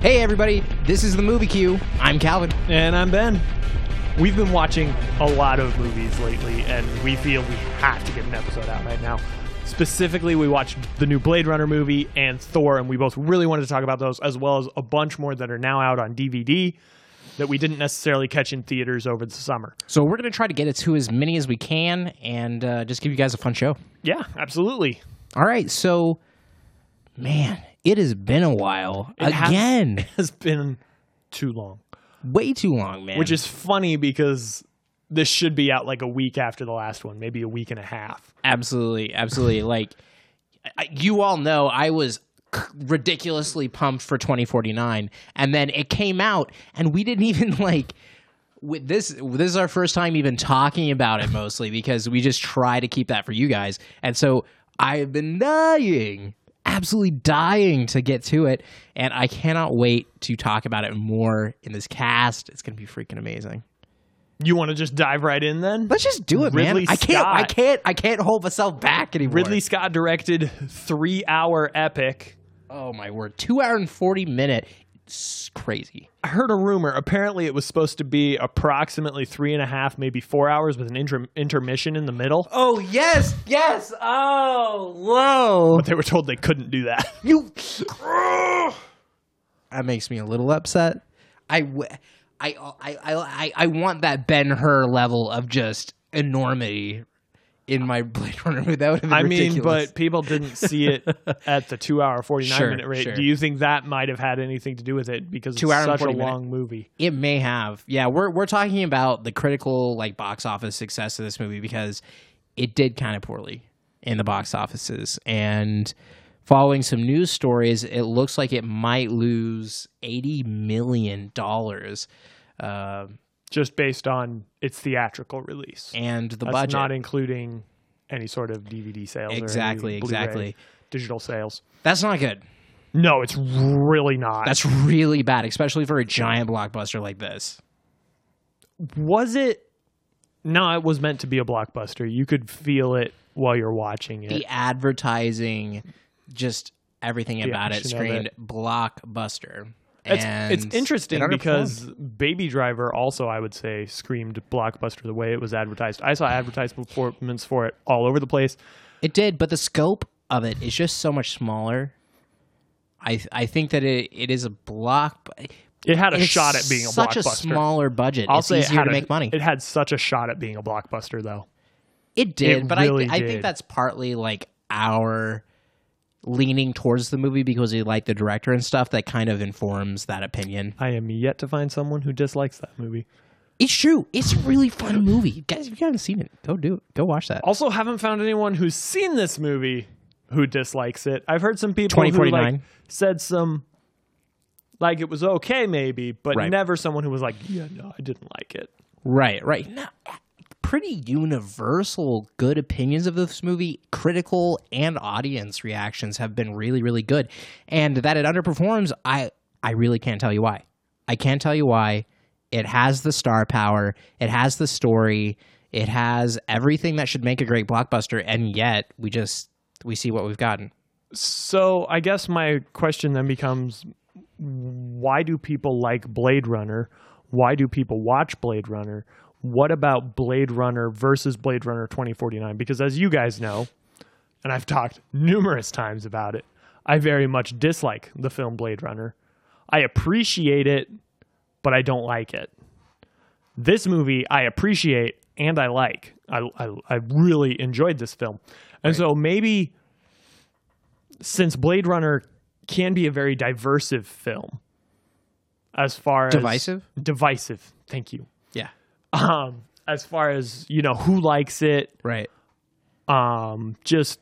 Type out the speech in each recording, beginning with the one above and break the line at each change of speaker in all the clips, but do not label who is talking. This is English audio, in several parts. Hey, everybody, this is the Movie Queue. I'm Calvin.
And I'm Ben. We've been watching a lot of movies lately, and we feel we have to get an episode out right now. Specifically, we watched the new Blade Runner movie and Thor, and we both really wanted to talk about those, as well as a bunch more that are now out on DVD that we didn't necessarily catch in theaters over the summer.
So, we're going to try to get it to as many as we can and uh, just give you guys a fun show.
Yeah, absolutely.
All right, so, man, it has been a while.
It has-
Again,
Has been too long,
way too long, man.
which is funny because this should be out like a week after the last one, maybe a week and a half.
absolutely, absolutely. like, I, you all know, I was c- ridiculously pumped for 2049, and then it came out, and we didn't even like. With this, this is our first time even talking about it, mostly because we just try to keep that for you guys, and so I have been dying, absolutely dying to get to it, and I cannot wait to talk about it more in this cast. It's gonna be freaking amazing.
You want to just dive right in then?
Let's just do it, man.
Ridley
I can't. I
Scott.
can't. I can't hold myself back anymore.
Ridley Scott directed three hour epic.
Oh my word! Two hour and forty minute. It's crazy.
I heard a rumor. Apparently, it was supposed to be approximately three and a half, maybe four hours with an inter- intermission in the middle.
Oh yes, yes. Oh whoa!
They were told they couldn't do that.
You. that makes me a little upset. I, w- I, I, I, I, I want that Ben Hur level of just enormity in my Blade Runner movie. That would have been
I mean,
ridiculous.
but people didn't see it at the two hour, 49
Sure,
minute rate.
sure.
Do you think that might have had anything to do with it? Because
Two hour
it's
and
such a
40 minute.
long movie.
It may have. Yeah, we're we're talking about the critical like box office success of this movie because it did kind of poorly in the box offices. And following some news stories, it looks like it might lose eighty million dollars. Uh,
Just based on its theatrical release.
and the
That's
budget.
not including any sort of DVD sales. or any
Exactly,
Blu-ray
exactly.
Digital sales.
That's not good.
No, it's really not.
That's really bad, especially for a giant blockbuster like this.
was it no it was meant to be a blockbuster you could feel it while you're watching it
The advertising, just everything about it
action of
screamed blockbuster. And
it's, it's
it
interesting
underperformed.
because baby driver also i would say screamed blockbuster the way it was advertised i saw advertised performance for it all over the place
It did, but the scope of it is just so much smaller. I I think that it, it is a block.
it had a
It's
shot at being a
such
blockbuster
a smaller budget.
i'll
it's
say it
easier
had
to
a-
make money.
it had such a shot at being a blockbuster though
It did,
It
but
really
I I think
did.
that's partly like our leaning towards the movie because we like the director and stuff that kind of informs that opinion.
i am yet to find someone who dislikes that movie
It's true. It's a really fun movie. Guys, if you haven't seen it, go do it. Go watch that.
also haven't found anyone who's seen this movie who dislikes it. I've heard some people who
2049.
like said some like it was okay maybe, but
Right.
never someone who was like, yeah, no, I didn't like it.
Right, right. No, pretty universal good opinions of this movie. Critical and audience reactions have been really, really good. And that it underperforms, I I really can't tell you why. I can't tell you why. It has the star power. It has the story. It has everything that should make a great blockbuster, and yet we just we see what we've gotten.
So, I guess my question then becomes why do people like Blade Runner? Why do people watch Blade Runner? What about Blade Runner versus Blade Runner 2049? Because as you guys know, and I've talked numerous times about it, I very much dislike the film Blade Runner. I appreciate it, but I don't like it. This movie I appreciate and I like. I, I, I really enjoyed this film. And so maybe since Blade Runner can be a very diversive film as far as
Divisive?
divisive thank you
Yeah.
um as far as you know who likes it
Right.
um, just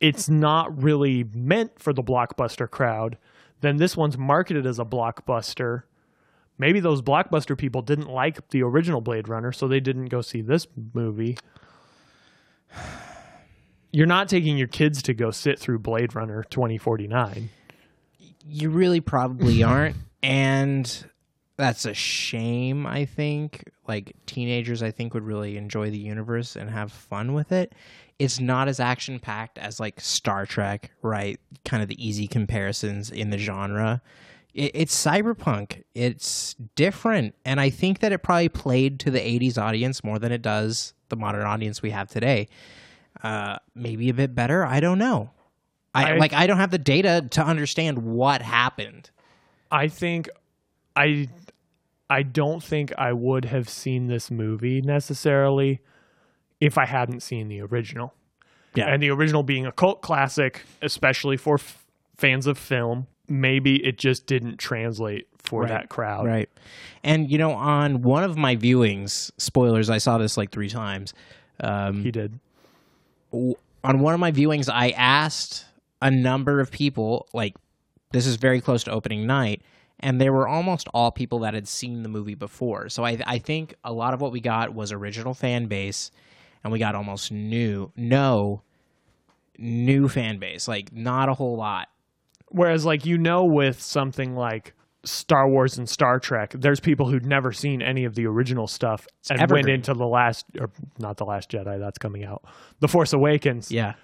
it's not really meant for the blockbuster crowd, then this one's marketed as a blockbuster. Maybe those blockbuster people didn't like the original Blade Runner, so they didn't go see this movie. You're not taking your kids to go sit through Blade Runner 2049.
you really probably aren't and that's a shame i think like teenagers i think would really enjoy the universe and have fun with it it's not as action packed as like star trek right kind of the easy comparisons in the genre it, it's cyberpunk. It's different, and I think that it probably played to the '80s audience more than it does the modern audience we have today. Uh, maybe a bit better. I don't know. I,
I-
like. I don't have the data to understand what happened.
I think I I don't think I would have seen this movie necessarily if I hadn't seen the original.
Yeah.
And the original being a cult classic, especially for f- fans of film, maybe it just didn't translate for
Right.
that crowd.
Right. And you know, on one of my viewings, spoilers. I saw this like three times. Um,
He did.
w- on one of my viewings, I asked a number of people, like, this is very close to opening night, and they were almost all people that had seen the movie before. So I, I think a lot of what we got was original fan base, and we got almost new, no new fan base, like, not a whole lot.
Whereas like you know with something like Star Wars and Star Trek, there's people who'd never seen any of the original stuff and went
evergreen.
into the last or not the last Jedi that's coming out. The Force Awakens.
Yeah.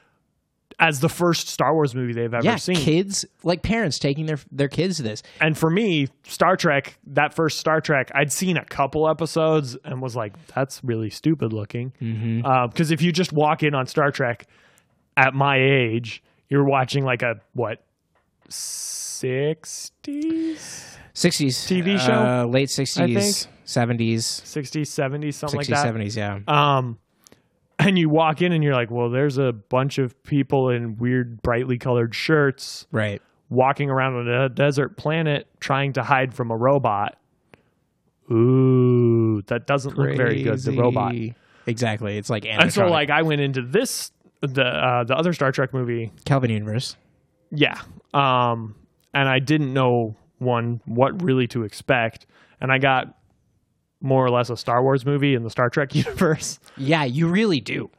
as the first Star Wars movie they've ever
Yeah.
seen.
Kids, like parents taking their, their kids to this.
And for me, Star Trek, that first Star Trek, I'd seen a couple episodes and was like, that's really stupid looking.
Mm-hmm.
Because if you just walk in on Star Trek at my age, you're watching like a, what, 60s?
60s.
TV show?
Uh, late 60s, 70s,
60s, 70s, something
60s,
like that.
70s. Yeah.
Um, and you walk in and you're like, well, there's a bunch of people in weird, brightly colored shirts.
right.
walking around on a desert planet trying to hide from a robot. Ooh, that doesn't look very good. The robot.
Crazy. Exactly. It's like
And so,
animatronic.
like, I went into this the uh, the other Star Trek movie.
Calvin Universe.
Yeah, um, and I didn't know one what really to expect, and I got more or less a Star Wars movie in the Star Trek universe.
Yeah, you really do.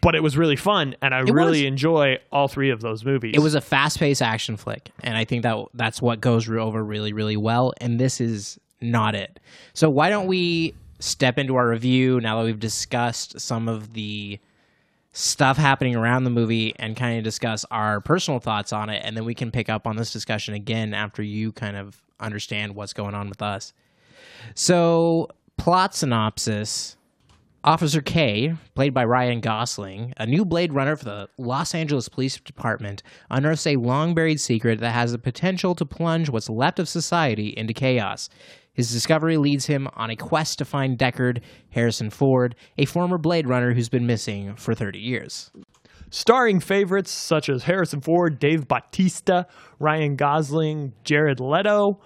But it was really fun, and I really
was.
enjoy all three of those movies.
It was a fast-paced action flick, and I think that that's what goes re- over really, really well. And this is not it. So why don't we step into our review now that we've discussed some of the stuff happening around the movie and kind of discuss our personal thoughts on it, and then we can pick up on this discussion again after you kind of understand what's going on with us. So plot synopsis. Officer K, played by Ryan Gosling, a new Blade Runner for the Los Angeles Police Department, unearths a long buried secret that has the potential to plunge what's left of society into chaos. His discovery leads him on a quest to find Deckard Harrison Ford, a former Blade Runner who's been missing for 30 years.
starring favorites such as Harrison Ford, Dave Bautista, Ryan Gosling, Jared Leto,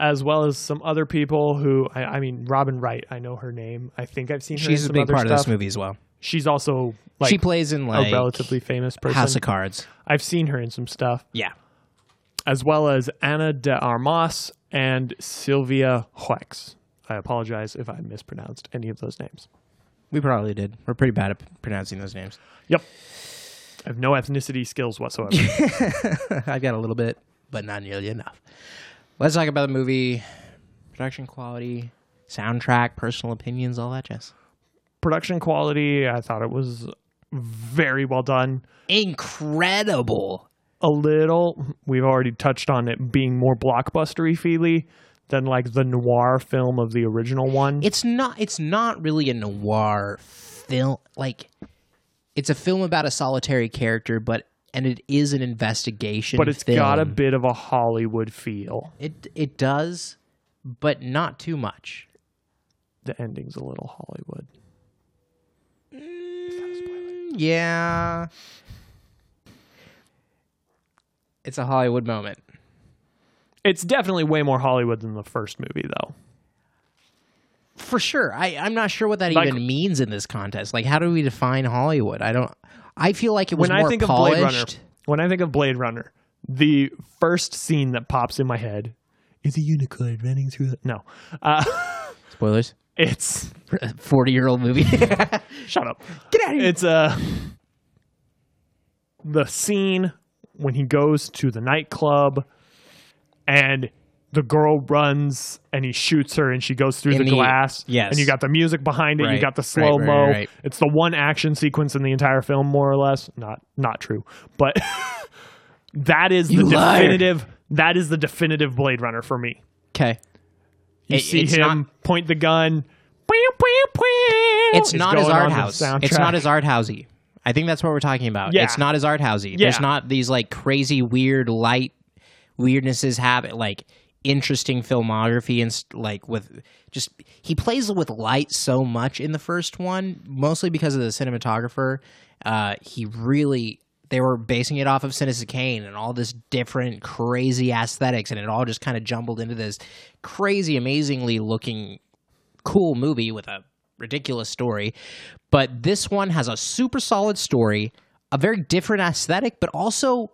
as well as some other people who I, I mean Robin Wright. I know her name. I think I've seen her.
She's
in
a
some
big
other
part of
stuff.
this movie as well.
She's also like
she plays in like
a relatively famous
House
person.
of Cards.
I've seen her in some stuff,
Yeah.
as well as Anna de Armas and Sylvia Hoex. I apologize if I mispronounced any of those names.
We probably did. We're pretty bad at pronouncing those names.
Yep. I have no ethnicity skills whatsoever.
I've got a little bit, but not nearly enough. Let's talk about the movie, production quality, soundtrack, personal opinions, all that jazz.
Production quality, I thought it was very well done.
Incredible.
a little we've already touched on it being more blockbustery feely than like the noir film of the original one.
It's not. It's not really a noir film. Like, it's a film about a solitary character, but and it is an investigation.
but it's
film.
got a bit of a Hollywood feel.
It it does, but not too much.
The ending's a little Hollywood.
Yeah. It's a Hollywood moment.
It's definitely way more Hollywood than the first movie though.
for sure. I, I'm not sure what that
Like-
even means in this context. Like, how do we define Hollywood? I don't. I feel like it was
When
more
I think
polished.
of Blade Runner, when I think of Blade Runner, the first scene that pops in my head is a unicorn running through the No. Uh,
Spoilers.
it's
Forty year old movie. Get
shut up.
out of here.
It's uh, the scene when he goes to the nightclub and the girl runs and he shoots her and she goes through
In
the,
the-
glass.
yes.
And you got the music behind it,
Right,
you got the
right, right,
slow-mo.
right, right.
It's the one action sequence in the entire film, more or less. Not not true. But that is
You
the
liar.
definitive That is the definitive Blade Runner for me.
Okay.
You
It-
see
it's
him
not-
point the gun.
It's not as
going on
art
the
house. It's not
soundtrack.
as art housey. I think that's what we're talking about.
Yeah.
It's not as art housey.
Yeah.
There's not these like crazy weird light weirdnesses habit like interesting filmography and st- like with just he plays with light so much in the first one mostly because of the cinematographer uh he really they were basing it off of Citizen Kane and all this different crazy aesthetics and it all just kind of jumbled into this crazy amazingly looking cool movie with a ridiculous story, but this one has a super solid story, a very different aesthetic, but also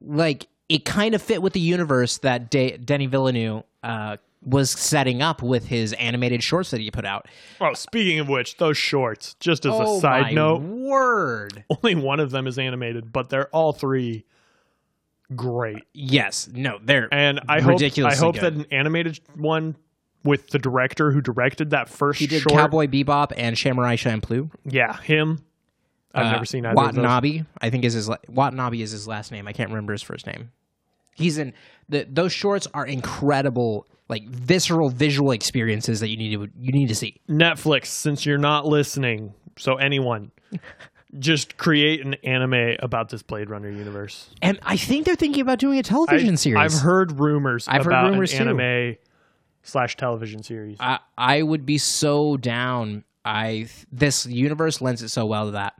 like it kind of fit with the universe that De- Denny Villeneuve uh, was setting up with his animated shorts that he put out.
Oh, speaking of which, those shorts. Just as
oh
a side
my
note,
word!
only one of them is animated, but they're all three great.
Yes, no, they're
And I hope I
Ridiculously
hope
good.
that an animated one with the director who directed that first
he did
short,
Cowboy Bebop and Samurai Champloo.
yeah, him. I've
Uh,
never seen either of those.
Watanabe. I think is his la- Watanabe is his last name. I can't remember his first name. He's in the, those shorts are incredible, like visceral visual experiences that you need to you need to see.
Netflix, since you're not listening, so anyone, just create an anime about this Blade Runner universe.
And I think they're thinking about doing a
I-
television series.
I've heard rumors
I've heard
about
rumors, too.
an anime slash television series.
I, I would be so down. I this universe lends it so well to that.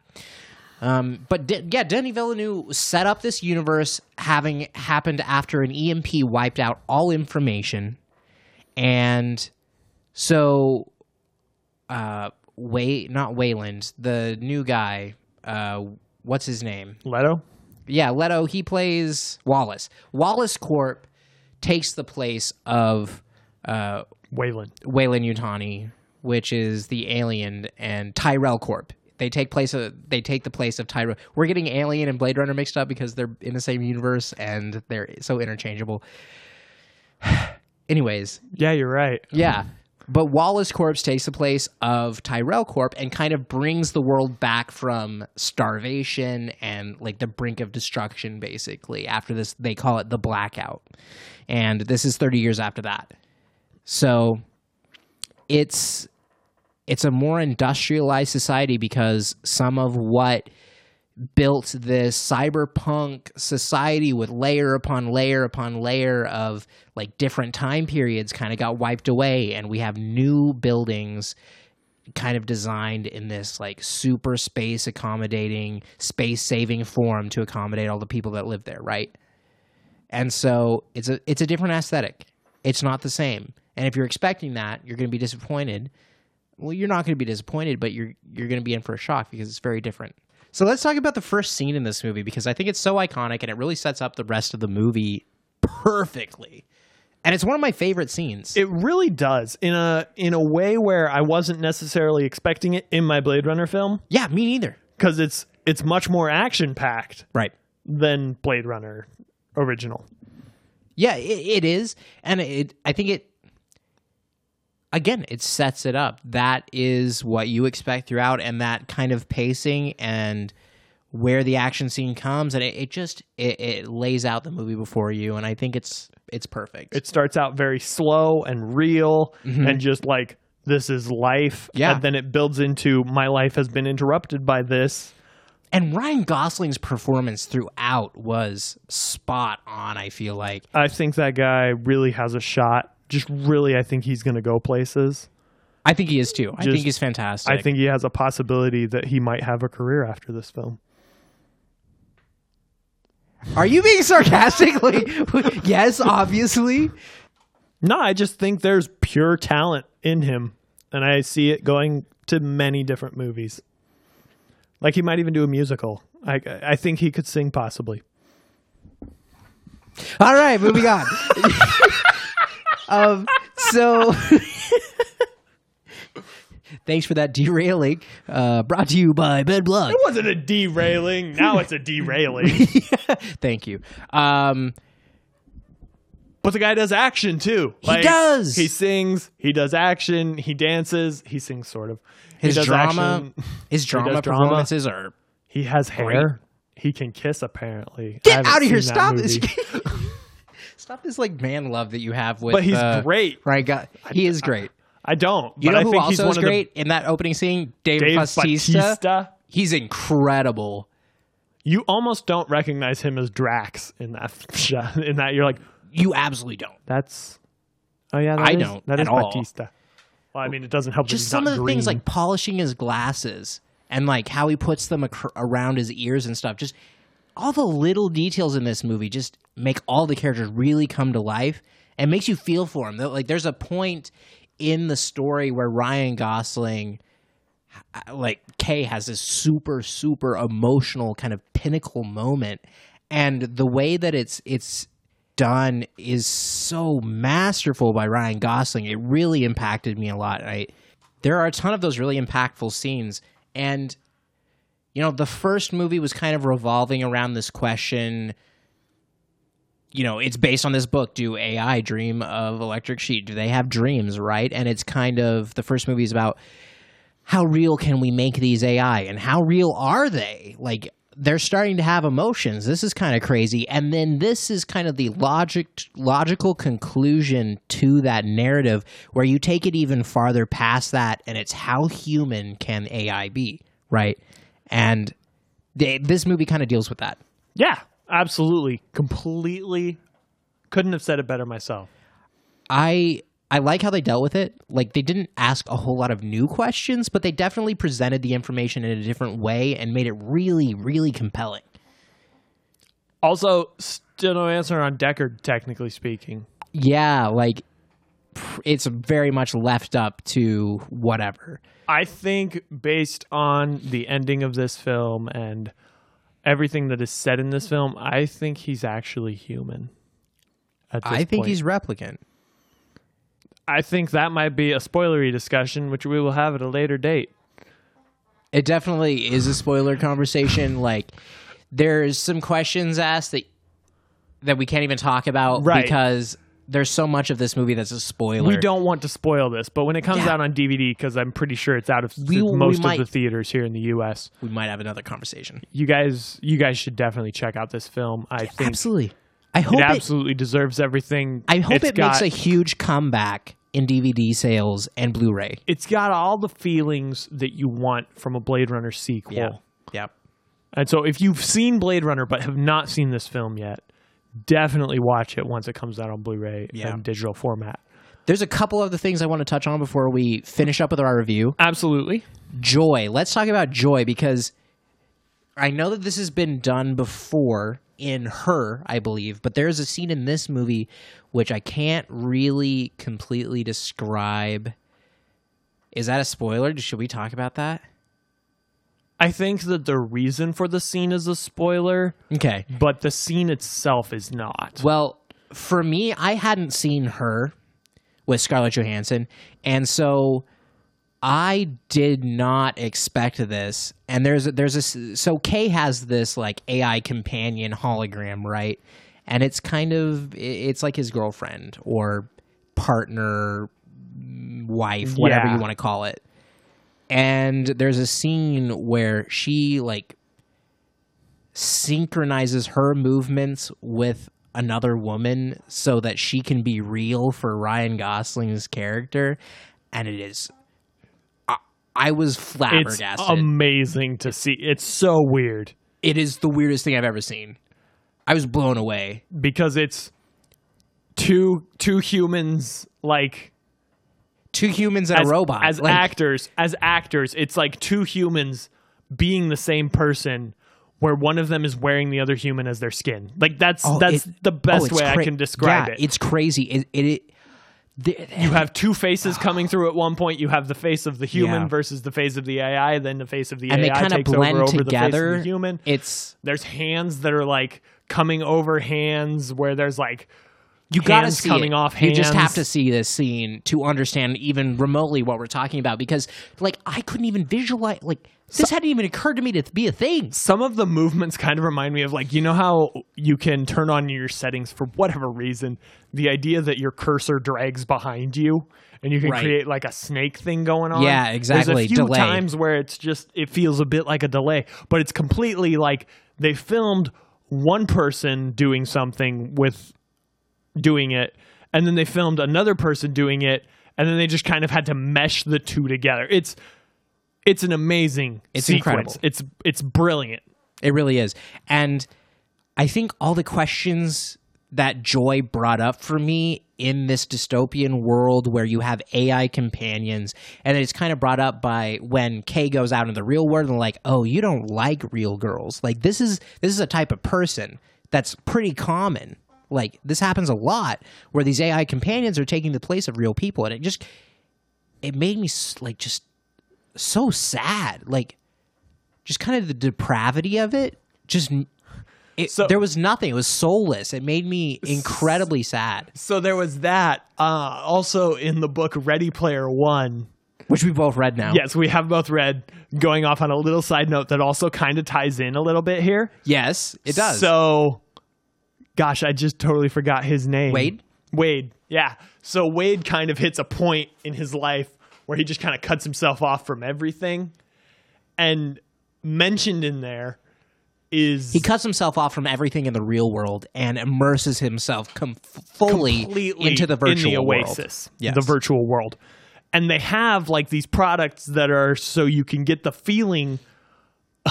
Um, but De- yeah, Denny Villeneuve set up this universe having happened after an EMP wiped out all information, and so uh, Way not Wayland, the new guy. Uh, what's his name?
Leto?
Yeah, Leto, he plays Wallace. Wallace Corp takes the place of uh,
Wayland.
Wayland Utani, which is the alien, and Tyrell Corp. They take place. Of, they take the place of Tyrell. We're getting Alien and Blade Runner mixed up because they're in the same universe and they're so interchangeable. Anyways,
Yeah, you're right.
yeah. But Wallace Corp takes the place of Tyrell Corp and kind of brings the world back from starvation and like the brink of destruction, basically. After this, they call it the blackout. And this is 30 years after that. So it's it's a more industrialized society because some of what built this cyberpunk society with layer upon layer upon layer of like different time periods kind of got wiped away and we have new buildings kind of designed in this like super space accommodating space saving form to accommodate all the people that live there right and so it's a it's a different aesthetic it's not the same and if you're expecting that you're going to be disappointed well you're not going to be disappointed but you're you're going to be in for a shock because it's very different so let's talk about the first scene in this movie because i think it's so iconic and it really sets up the rest of the movie perfectly and it's one of my favorite scenes
It really does in a in a way where I wasn't necessarily expecting it in my Blade Runner film
yeah me neither
because it's it's much more action packed
right
than Blade Runner original.
Yeah, it, it is, and it. I think it. Again, it sets it up. That is what you expect throughout, and that kind of pacing and where the action scene comes, and it, it just it, it lays out the movie before you, and I think it's it's perfect.
It starts out very slow and real and just like this is life
Yeah.
and then it builds into my life has been interrupted by this.
and Ryan Gosling's performance throughout was spot on. I feel like
I think that guy really has a shot. Just really I think he's going to go places.
I think he is too. I
Just-
think he's fantastic.
I think he has a possibility that he might have a career after this film.
Are you being sarcastic? Like, yes, obviously.
No, I just think there's pure talent in him, and I see it going to many different movies. Like he might even do a musical. I I think he could sing possibly.
All right, moving on. um, so, thanks for that derailing. Uh, brought to you by Bed Blood.
wasn't a derailing. Now it's a derailing.
Thank you. Um,
but the guy does action too. He
does.
He sings. He does action. He dances. He sings sort of. He
his
does
drama,
action.
his drama
does drama.
performances are.
He has hair. He can kiss apparently. I
Get
haven't
out of here!
seen
Stop
that movie.
this. Stop this like man love that you have with.
But he's
uh,
great.
Ryan Go- he is great.
I don't.
You
but
know
I
who
think he's
also
one
is
of the-
great in that opening scene? David
Dave
Bautista.
Bautista.
He's incredible.
you almost don't recognize him as Drax in that shot. In that you're like,
You absolutely don't.
that's oh yeah, that
I
is-
don't
That is
at all.
Batista. Well, I mean, it doesn't help. that
Just
he's
some
not
of the
green.
things like polishing his glasses and like how he puts them acr around his ears and stuff. Just all the little details in this movie just make all the characters really come to life and makes you feel for them. Like there's a point in the story where Ryan Gosling uh, like Kay has this super super emotional kind of pinnacle moment and the way that it's it's done is so masterful by Ryan Gosling it really impacted me a lot I there are a ton of those really impactful scenes and you know the first movie was kind of revolving around this question you know it's based on this book do ai dream of electric sheep do they have dreams right and it's kind of the first movie is about how real can we make these AI and how real are they? Like they're starting to have emotions. This is kind of crazy. And then this is kind of the logic logical conclusion to that narrative where you take it even farther past that and it's how human can AI be, right? And they, this movie kind of deals with that.
yeah, absolutely, completely. Couldn't have said it better myself.
I I like how they dealt with it. Like they didn't ask a whole lot of new questions, but they definitely presented the information in a different way and made it really really compelling.
Also, still no answer on Deckard, technically speaking.
yeah, like pff, it's very much left up to whatever.
I think based on the ending of this film and everything that is said in this film, I think he's actually human. at this
I think
point.
he's replicant.
I think that might be a spoilery discussion, which we will have at a later date.
It definitely is a spoiler conversation. Like there's some questions asked that that we can't even talk about
Right.
because there's so much of this movie that's a spoiler.
We don't want to spoil this, but when it comes
Yeah.
out on DVD, because I'm pretty sure it's out of
We- we
most
might-
of the theaters here in the U.S.,
We might have another conversation.
you guys, you guys should definitely check out this film. I think
Absolutely. I
it
hope it,
absolutely deserves everything.
I hope
It's
it
got,
makes a huge comeback in DVD sales and Blu-ray.
It's got all the feelings that you want from a Blade Runner sequel.
Yeah.
And so, if you've seen Blade Runner but have not seen this film yet, definitely watch it once it comes out on Blu-ray
Yeah.
and digital format.
There's a couple other things I want to touch on before we finish up with our review.
Absolutely.
joy. Let's talk about joy because I know that this has been done before in her, I believe, but there's a scene in this movie which I can't really completely describe. Is that a spoiler? Should we talk about that?
I think that the reason for the scene is a spoiler,
Okay.
but the scene itself is not.
Well, for me, I hadn't seen her with Scarlett Johansson, and so I did not expect this. And there's there's a so Kay has this like AI companion hologram, right? And it's kind of it's like his girlfriend or partner, wife, whatever
Yeah.
you want to call it. And there's a scene where she like synchronizes her movements with another woman so that she can be real for Ryan Gosling's character and it is I, I was
It's um,
flabbergasted.
amazing to see. It's so weird
it is the weirdest thing I've ever seen. I was blown away.
because it's two two humans like
Two humans and
as,
a robot.
as
Like,
actors as actors it's like two humans being the same person where one of them is wearing the other human as their skin like that's
oh,
that's
it-
the
oh,
best
it's
way i
cra-
can describe
yeah,
it
It's crazy. It it, it the-
you have two faces coming through at one point. You have the face of the human
Yeah.
versus the face of the AI, then the face of the
and they
AI
kind of
takes
blend
over, over the
together.
face of the human.
It's
there's hands that are like coming over hands where there's like
you gotta
hands
see
coming
it.
off
You just have
hands.
to see this scene to understand even remotely what we're talking about because like I couldn't even visualize like this hadn't even occurred to me to be a thing.
some of the movements kind of remind me of like you know how you can turn on your settings for whatever reason the idea that your cursor drags behind you and you can
Right.
create like a snake thing going on
Yeah,
there's
exactly,
a few
delay.
times where it's just it feels a bit like a delay but it's completely like they filmed one person doing something with doing it, and then they filmed another person doing it, and then they just kind of had to mesh the two together. It's it's an amazing
It's
sequence.
incredible.
It's it's brilliant.
It really is. And I think all the questions that Joy brought up for me in this dystopian world where you have AI companions, and it's kind of brought up by when Kay goes out in the real world and like, oh, you don't like real girls. Like this is this is a type of person that's pretty common. Like this happens a lot where these AI companions are taking the place of real people, and it just it made me s- like just so sad. Like just kind of the depravity of it just it,
So-
there was nothing it was soulless it made me incredibly sad
So there was that. Uh, also in the book Ready Player One,
which we both read now
Yes, we have both read. Going off on a little side note that also kind of ties in a little bit here.
yes it does
So, gosh, I just totally forgot his name.
Wade?
Wade. Yeah. So Wade kind of hits a point in his life where he just kind of cuts himself off from everything, and mentioned in there is
he cuts himself off from everything in the real world and immerses himself com- fully
completely
into the virtual
in the
world.
oasis,
Yes.
the virtual world. And they have like these products that are so you can get the feeling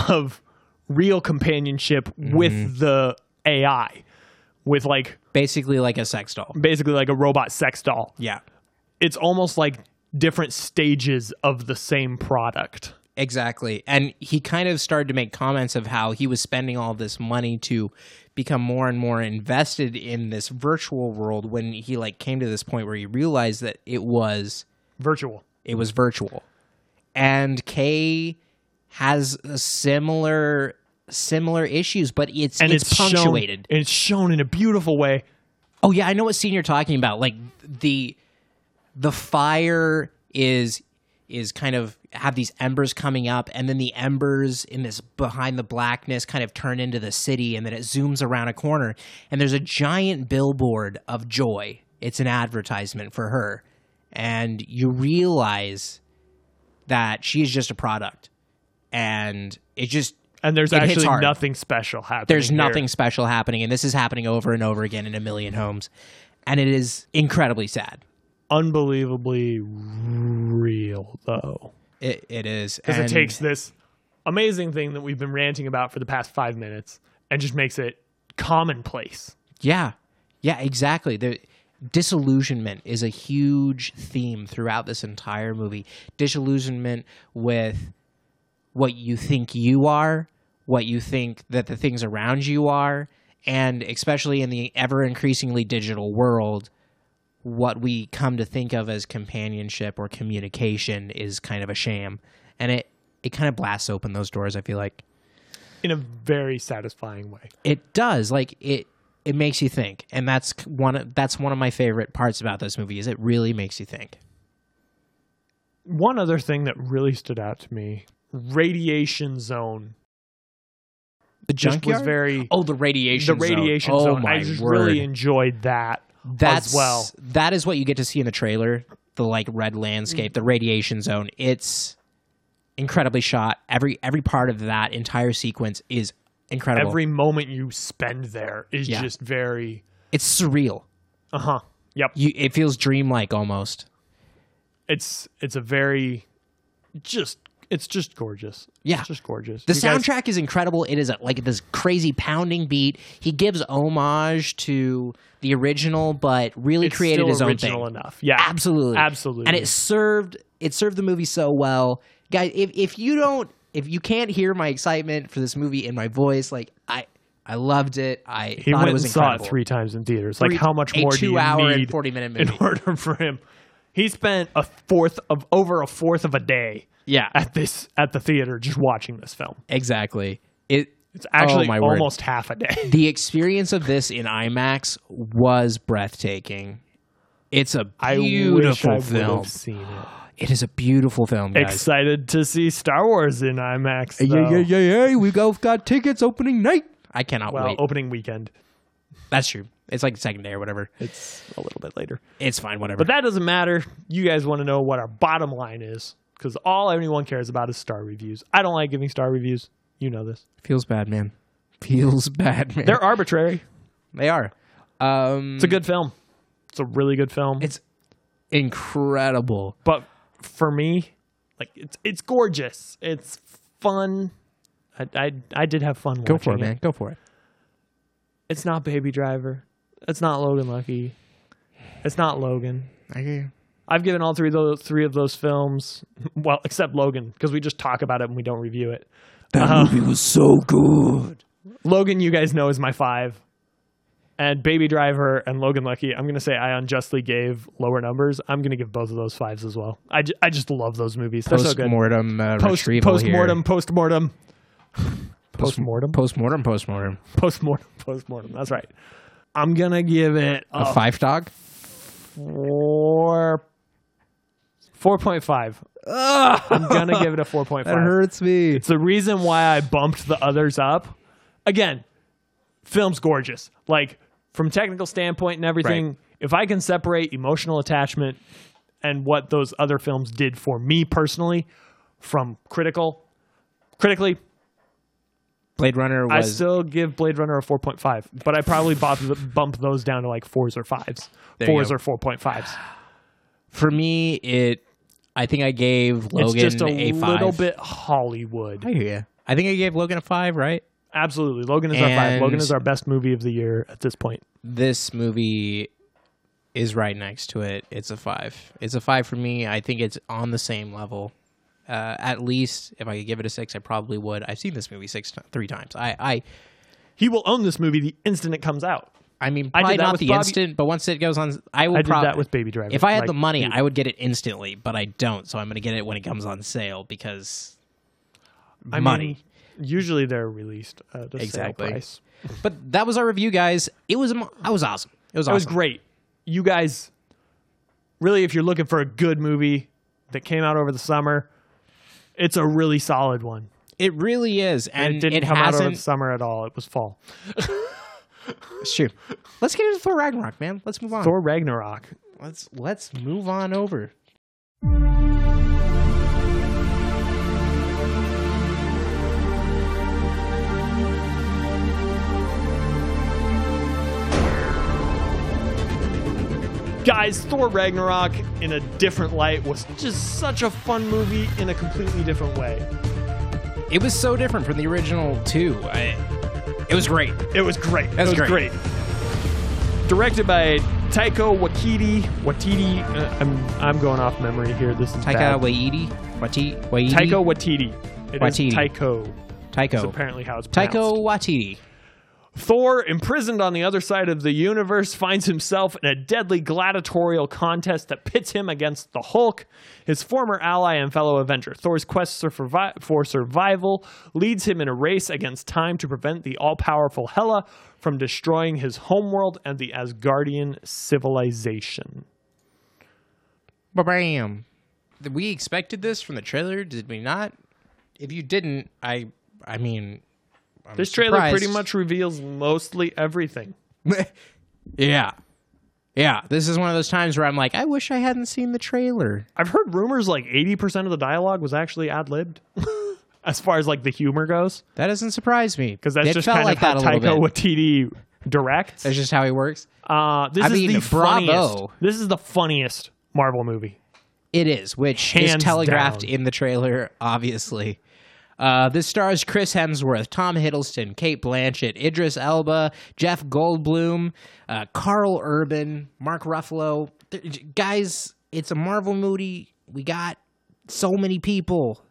of real companionship
Mm-hmm.
with the AI, with like
basically like a sex doll
basically like a robot sex doll.
yeah
It's almost like different stages of the same product.
Exactly. And he kind of started to make comments of how he was spending all this money to become more and more invested in this virtual world when he like came to this point where he realized that it was
Virtual.
it was virtual. And Kay has a similar similar issues, but it's
And
it's,
it's,
punctuated.
Shown, and it's shown in a beautiful way.
Oh yeah, I know what scene you're talking about. Like the the fire is is kind of have these embers coming up and then the embers in this behind the blackness kind of turn into the city and then it zooms around a corner and there's a giant billboard of joy. It's an advertisement for her. And you realize that she's just a product. And it just
And there's
It hits
actually
hard.
nothing special happening.
there's
here.
nothing special happening and this is happening over and over again in a million homes and it is incredibly sad
unbelievably real though
it, it is
because
And-
it takes this amazing thing that we've been ranting about for the past five minutes and just makes it commonplace
yeah yeah exactly the disillusionment is a huge theme throughout this entire movie disillusionment with what you think you are what you think that the things around you are and especially in the ever increasingly digital world what we come to think of as companionship or communication is kind of a sham and it it kind of blasts open those doors i feel like
in a very satisfying way
it does like it it makes you think and that's c- one of, that's one of my favorite parts about this movie is it really makes you think
one other thing that really stood out to me radiation zone
the
just was very
oh the radiation
the radiation
zone.
zone,
oh my
i just
word
really enjoyed that
that's
as well
that is what you get to see in the trailer the like red landscape the radiation zone it's incredibly shot every every part of that entire sequence is incredible
every moment you spend there is
Yeah.
just very
it's surreal
uh-huh yep
you it feels dreamlike almost
it's it's a very just it's just gorgeous.
Yeah.
it's just gorgeous.
the
You guys-
soundtrack is incredible it is a, like this crazy pounding beat he gives homage to the original but really
it's
created
still
his own
original
thing
enough. Yeah,
absolutely
absolutely.
and it served it served the movie so well guys if, if you don't if you can't hear my excitement for this movie in my voice like i i loved it i
he
thought
went
it was
and saw
incredible
it three times in theaters.
Three-
like how much
a
more do you
two-hour and
need
40-minute
in
movie.
order for him? He spent a fourth of over a fourth of a day
yeah
at this at the theater just watching this film.
exactly it
It's actually
oh my word.
almost half a day.
the experience of this in IMAX was breathtaking. It's a
I wish
beautiful
I would
film.
have seen it.
It is a beautiful film, guys.
Excited to see Star Wars in IMAX.
Yeah,
though.
yeah, yeah, yeah. We go got tickets opening night. I cannot
Well, oh.
wait.
opening weekend.
That's true. It's like the second day or whatever.
It's a little bit later.
It's fine, whatever.
But that doesn't matter. You guys want to know what our bottom line is because all anyone cares about is star reviews. I don't like giving star reviews. You know this.
feels bad, man. Feels bad, man.
They're arbitrary.
They are. Um,
It's a good film. It's a really good film.
it's incredible.
but for me, like it's it's gorgeous. It's fun. I I, I did have fun.
Go for it,
watching
man. Go for it.
It's not Baby Driver. It's not Logan Lucky. It's not Logan.
I hear you.
I've given all three of those three of those films, well, except Logan, because we just talk about it and we don't review it.
That
Uh-huh.
movie was so good.
Logan, you guys know, is my five. And Baby Driver and Logan Lucky, I'm going to say I unjustly gave lower numbers. I'm going to give both of those fives as well. I, ju- I just love those movies. They're so
Post
good.
mortem uh,
Post
retrieval
post
here.
mortem, post mortem, post mortem,
Post mortem. Post mortem.
post mortem, post mortem. That's right. I'm going to give it a
A five dog.
four. 4.5. I'm going to give it a 4.5.
hurts me.
It's the reason why I bumped the others up. Again, film's gorgeous. Like from technical standpoint and everything,
Right.
if I can separate emotional attachment and what those other films did for me personally from critical critically,
Blade Runner
I
was
still give Blade Runner a 4.5, but I probably bop- bump those down to like 4s or 5s.
There you
4s
go.
or 4.5s.
for me. It. I think I gave Logan
It's just a,
five.
little bit Hollywood.
I hear you. I think I gave Logan a five. Right.
Absolutely. Logan is our 5.
And-
Logan is our best movie of the year at this point.
this movie is right next to it. It's a five. It's a five for me. I think it's on the same level. Uh, at least if I could give it a six, I probably would. I've seen this movie six ti- three times. I I,
he will own this movie the instant it comes out.
I mean,
I did
probably
that
not
with
the
Bobby-
instant, but once it goes on, I will
I did
probably
that with Baby Driver.
If I had
Like,
the money,
dude,
I would get it instantly, but I don't. So I'm going to get it when it comes on sale because
I mean,
money.
usually they're released at a
Exactly.
sale price.
but that was our review, guys. It was am- I was awesome. It was
It
awesome.
was great. You guys, really, if you're looking for a good movie that came out over the summer, it's a really solid one.
It really is, and
it didn't come out
hasn't.
over the summer at all. It was fall.
it's true. Let's get into Thor Ragnarok, man. Let's move on.
Thor Ragnarok.
let's let's move on over.
Guys, Thor Ragnarok in a different light was just such a fun movie in a completely different way.
It was so different from the original too. I, it was great.
It was great.
That's
it was
great.
great. Directed by Taiko Wakiti. Watiti. Uh, I'm I'm going off memory here. This is
Taika
bad.
Waititi, Waititi, Waititi,
Taiko Watiti. It is
Waititi.
Taiko. It's
Taiko,
apparently how it's pronounced.
Taiko Waititi.
Thor, imprisoned on the other side of the universe, finds himself in a deadly gladiatorial contest that pits him against the Hulk, his former ally and fellow Avenger. Thor's quest for survi- for survival leads him in a race against time to prevent the all powerful Hela from destroying his homeworld and the Asgardian civilization.
Bam. We expected this from the trailer, did we not? If you didn't, I, I mean, I'm
This trailer
surprised.
pretty much reveals mostly everything.
yeah, yeah. This is one of those times where I'm like, I wish I hadn't seen the trailer.
I've heard rumors like 80% of the dialogue was actually ad libbed, as far as like the humor goes.
That doesn't surprise me
because that's
it
just
felt
kind
like
of how
that a
Taika
little bit.
Waititi directs.
That's just how he works.
Uh, this
I
is
mean,
the
bravo.
funniest. This is the funniest Marvel movie.
It is, which
Hands
is telegraphed
down.
in the trailer, obviously. Uh, this stars Chris Hemsworth, Tom Hiddleston, Kate Blanchett, Idris Elba, Jeff Goldblum, uh, Carl Urban, Mark Ruffalo. Th- j- guys, it's a Marvel movie. We got so many people.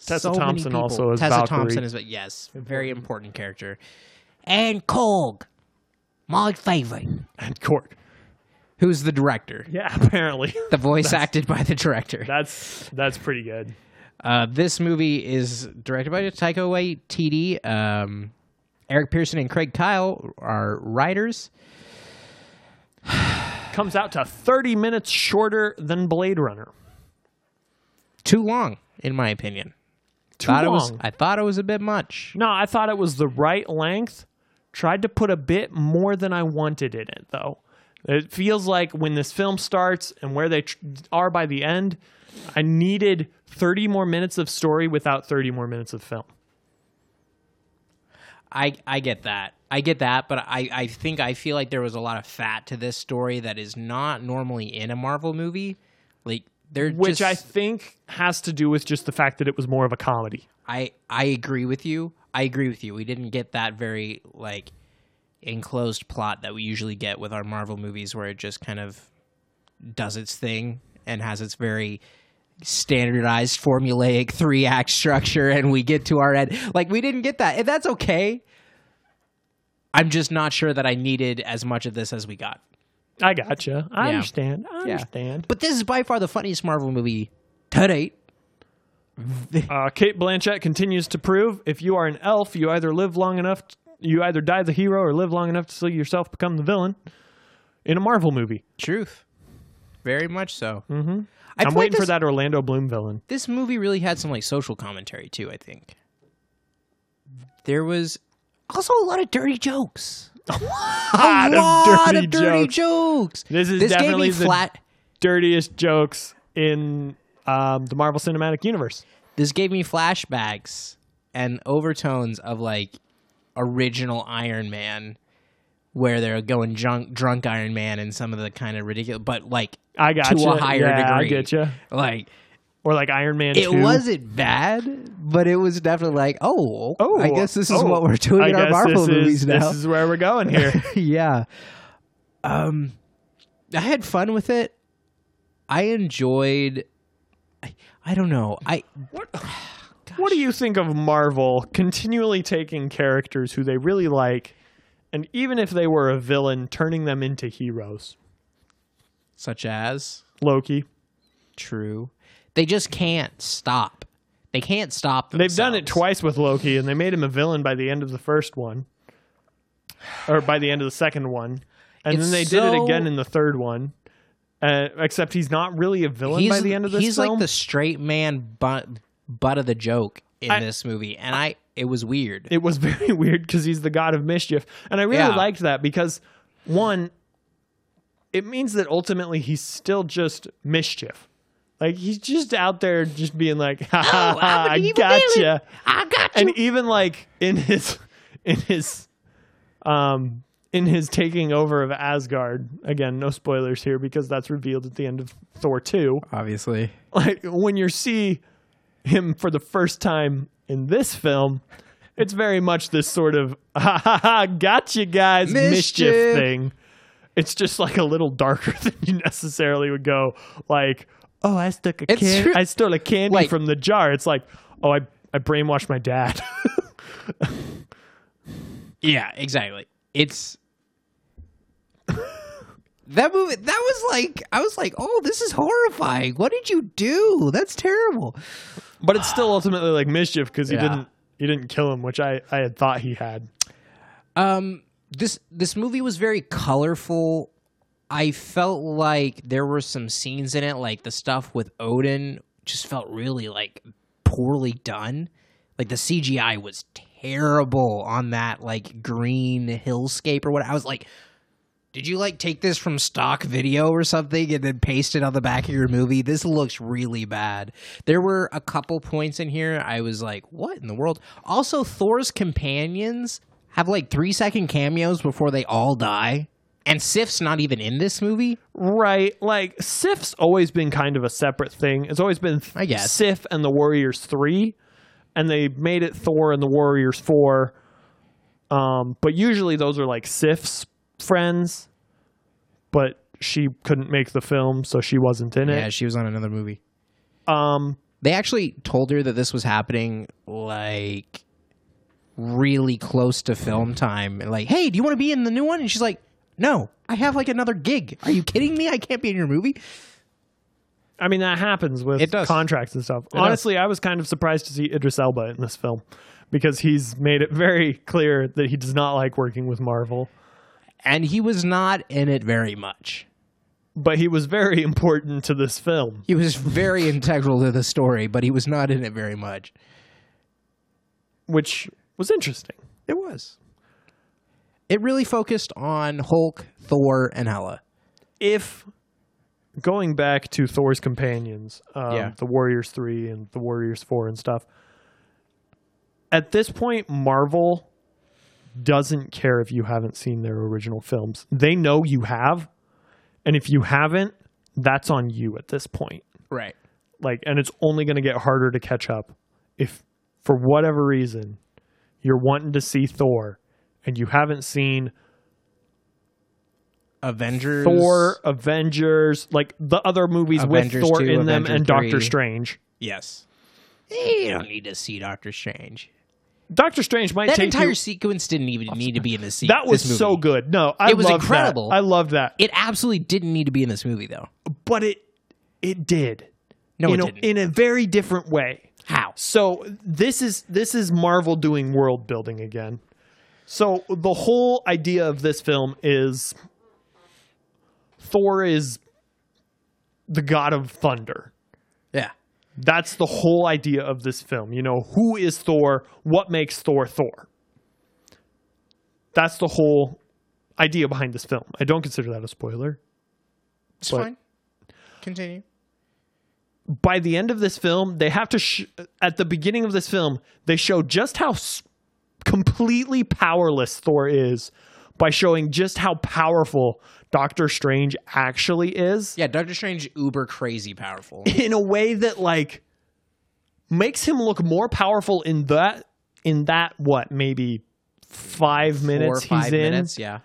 Tessa
so many
Thompson
people.
also is
Tessa
Valkyrie.
Thompson is, yes, very important character. And Korg, my favorite,
And Cork.
who's the director,
Yeah, apparently
the voice acted by the director.
that's that's pretty good.
Uh, this movie is directed by Taika Waititi. Um, Eric Pearson and Craig Kyle are writers.
Comes out to 30 minutes shorter than Blade Runner.
Too long, in my opinion.
Too
Thought it
long.
was. I thought it was a bit much.
no, I thought it was the right length. Tried to put a bit more than I wanted in it, though. It feels like when this film starts and where they tr- are by the end, I needed 30 more minutes of story without 30 more minutes of film.
I I get that. I get that, but I I think I feel like there was a lot of fat to this story that is not normally in a Marvel movie. Like they're
which
just,
I think has to do with just the fact that it was more of a comedy.
I I agree with you. I agree with you. We didn't get that very like enclosed plot that we usually get with our Marvel movies where it just kind of does its thing and has its very standardized formulaic three act structure and we get to our end. Like we didn't get that. And that's okay. I'm just not sure that I needed as much of this as we got.
I gotcha. I
Yeah.
understand. I understand.
But this is by far the funniest Marvel movie to date.
Uh, Kate Blanchett continues to prove if you are an elf, you either live long enough, you either die the hero or live long enough to see yourself become the villain in a Marvel movie.
Truth. Very much so. I
I
feel
am
like
Mm-hmm. waiting
this,
for that Orlando Bloom villain.
This movie really had some like social commentary too, I think. There was also a lot of dirty jokes. a
lot of
lot
dirty
of dirty jokes.
This is
this
definitely
gave me
the-
flat
Dirtiest jokes in um, the Marvel Cinematic Universe.
this gave me flashbacks and overtones of like original Iron Man, where they're going drunk, drunk Iron Man and some of the kind of ridiculous, but like
I got
to a higher
yeah,
degree.
I get you.
Like
Or like Iron Man.
it
2.
wasn't bad, but it was definitely like, oh,
Oh,
I guess this is
oh,
what we're doing
I
in our
guess
Marvel
this
movies
is,
now.
This is where we're going here.
yeah. Um I had fun with it. I enjoyed I, I don't know. I
What do you think of Marvel continually taking characters who they really like, and even if they were a villain, turning them into heroes?
such as
Loki.
true. They just can't stop. They can't stop
They've done it
themselves.
twice with Loki, and they made him a villain by the end of the first one, or by the end of the second one, and
It's
then they did it
so-
again in the third one. Uh, except he's not really a villain by the end of this
he's
film.
like the straight man butt butt of the joke in
I-
this movie, and I it was weird.
it was very weird because he's the god of mischief. And I really
Yeah.
liked that because, one, it means that ultimately he's still just mischief. Like, he's just out there just being like, ha ha, ha
I'm an
I
evil villain.
gotcha.
I got you.
And even like in his, in his, um, in his taking over of Asgard, again, no spoilers here because that's revealed at the end of Thor 2
Obviously,
like when you see him for the first time in this film, it's very much this sort of ha ha ha gotcha guys mischief.
Mischief.
thing. It's just like a little darker than you necessarily would go like, oh, I stuck a
It's
can-
true.
I stole a candy
Like-
from the jar. It's like, oh, I I brainwashed my dad.
yeah, exactly. It's that movie. That was like I was like, oh, this is horrifying. What did you do? That's terrible.
but it's still ultimately like mischief because he
Yeah.
didn't he didn't kill him, which I I had thought he had.
Um, this this movie was very colorful. I felt like there were some scenes in it, like the stuff with Odin, just felt really like poorly done. Like the CGI was terrible on that like green hillscape or what. I was like, did you like take this from stock video or something and then paste it on the back of your movie? This looks really bad. There were a couple points in here I was like, what in the world? Also, Thor's companions have like three second cameos before they all die. And Sif's not even in this movie.
Right. Like Sif's always been kind of a separate thing. It's always been
I guess.
Sif and the Warriors 3 and they made it Thor and the Warriors 4. Um but usually those are like Sif's friends but she couldn't make the film so she wasn't in it.
she was on another movie.
Um
They actually told her that this was happening like really close to film time. And like, hey, do you want to be in the new one? And she's like, no, I have like another gig. Are you kidding me? I can't be in your movie.
I mean that happens with
It does.
contracts and stuff. Honestly, I was kind of surprised to see Idris Elba in this film because he's made it very clear that he does not like working with Marvel.
and he was not in it very much.
But he was very important to this film.
He was very integral to the story, but he was not in it very much.
which was interesting.
It was. It really focused on Hulk, Thor, and Hela.
If going back to Thor's companions, um,
Yeah.
the Warriors 3 and the Warriors 4 and stuff, at this point, Marvel doesn't care if you haven't seen their original films. They know you have, and if you haven't, that's on you at this point.
Right.
Like, and it's only going to get harder to catch up if, for whatever reason, you're wanting to see Thor and you haven't seen
Avengers.
Thor, Avengers, like the other movies
Avengers
with Thor
2,
in them
Avengers
and Doctor
3.
Strange.
Yes. You Eh, don't need to see Doctor Strange.
Doctor Strange might
That
take
entire
you,
sequence didn't even need to be in this scene.
that was so good. No, I
It was
loved that.
incredible.
I loved that,
It absolutely didn't need to be in this movie, though.
but it it did.
No,
you
it
know,
didn't.
in a very different way.
How?
So this is this is Marvel doing world building again. So the whole idea of this film is Thor is the god of thunder.
Yeah.
That's the whole idea of this film. You know, who is Thor? What makes Thor Thor? That's the whole idea behind this film. I don't consider that a spoiler.
It's
But-
fine. Continue.
by the end of this film, they have to sh- at the beginning of this film, they show just how s- completely powerless Thor is by showing just how powerful Doctor Strange actually is
Yeah, Doctor Strange uber crazy powerful.
in a way that like makes him look more powerful in that in that what maybe 5
Four or
minutes
five
he's in.
minutes, yeah.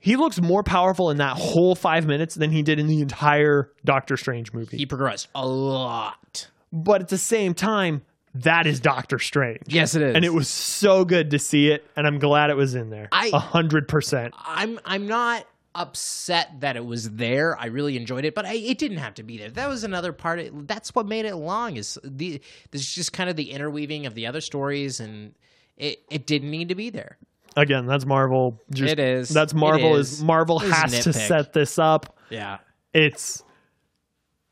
He looks more powerful in that whole 5 minutes than he did in the entire Doctor Strange movie.
He progressed a lot.
but at the same time, that is Doctor Strange.
Yes, it is.
and it was so good to see it and i'm glad it was in there
I-
a hundred percent
I'm I'm not upset that it was there. I really enjoyed it, but I, it didn't have to be there. That was another part. It, that's what made it long. Is the there's just kind of the interweaving of the other stories, and it it didn't need to be there.
again that's marvel just
It is.
that's
It
marvel
is.
is. marvel
It is
has to
nitpick.
set this up
Yeah,
it's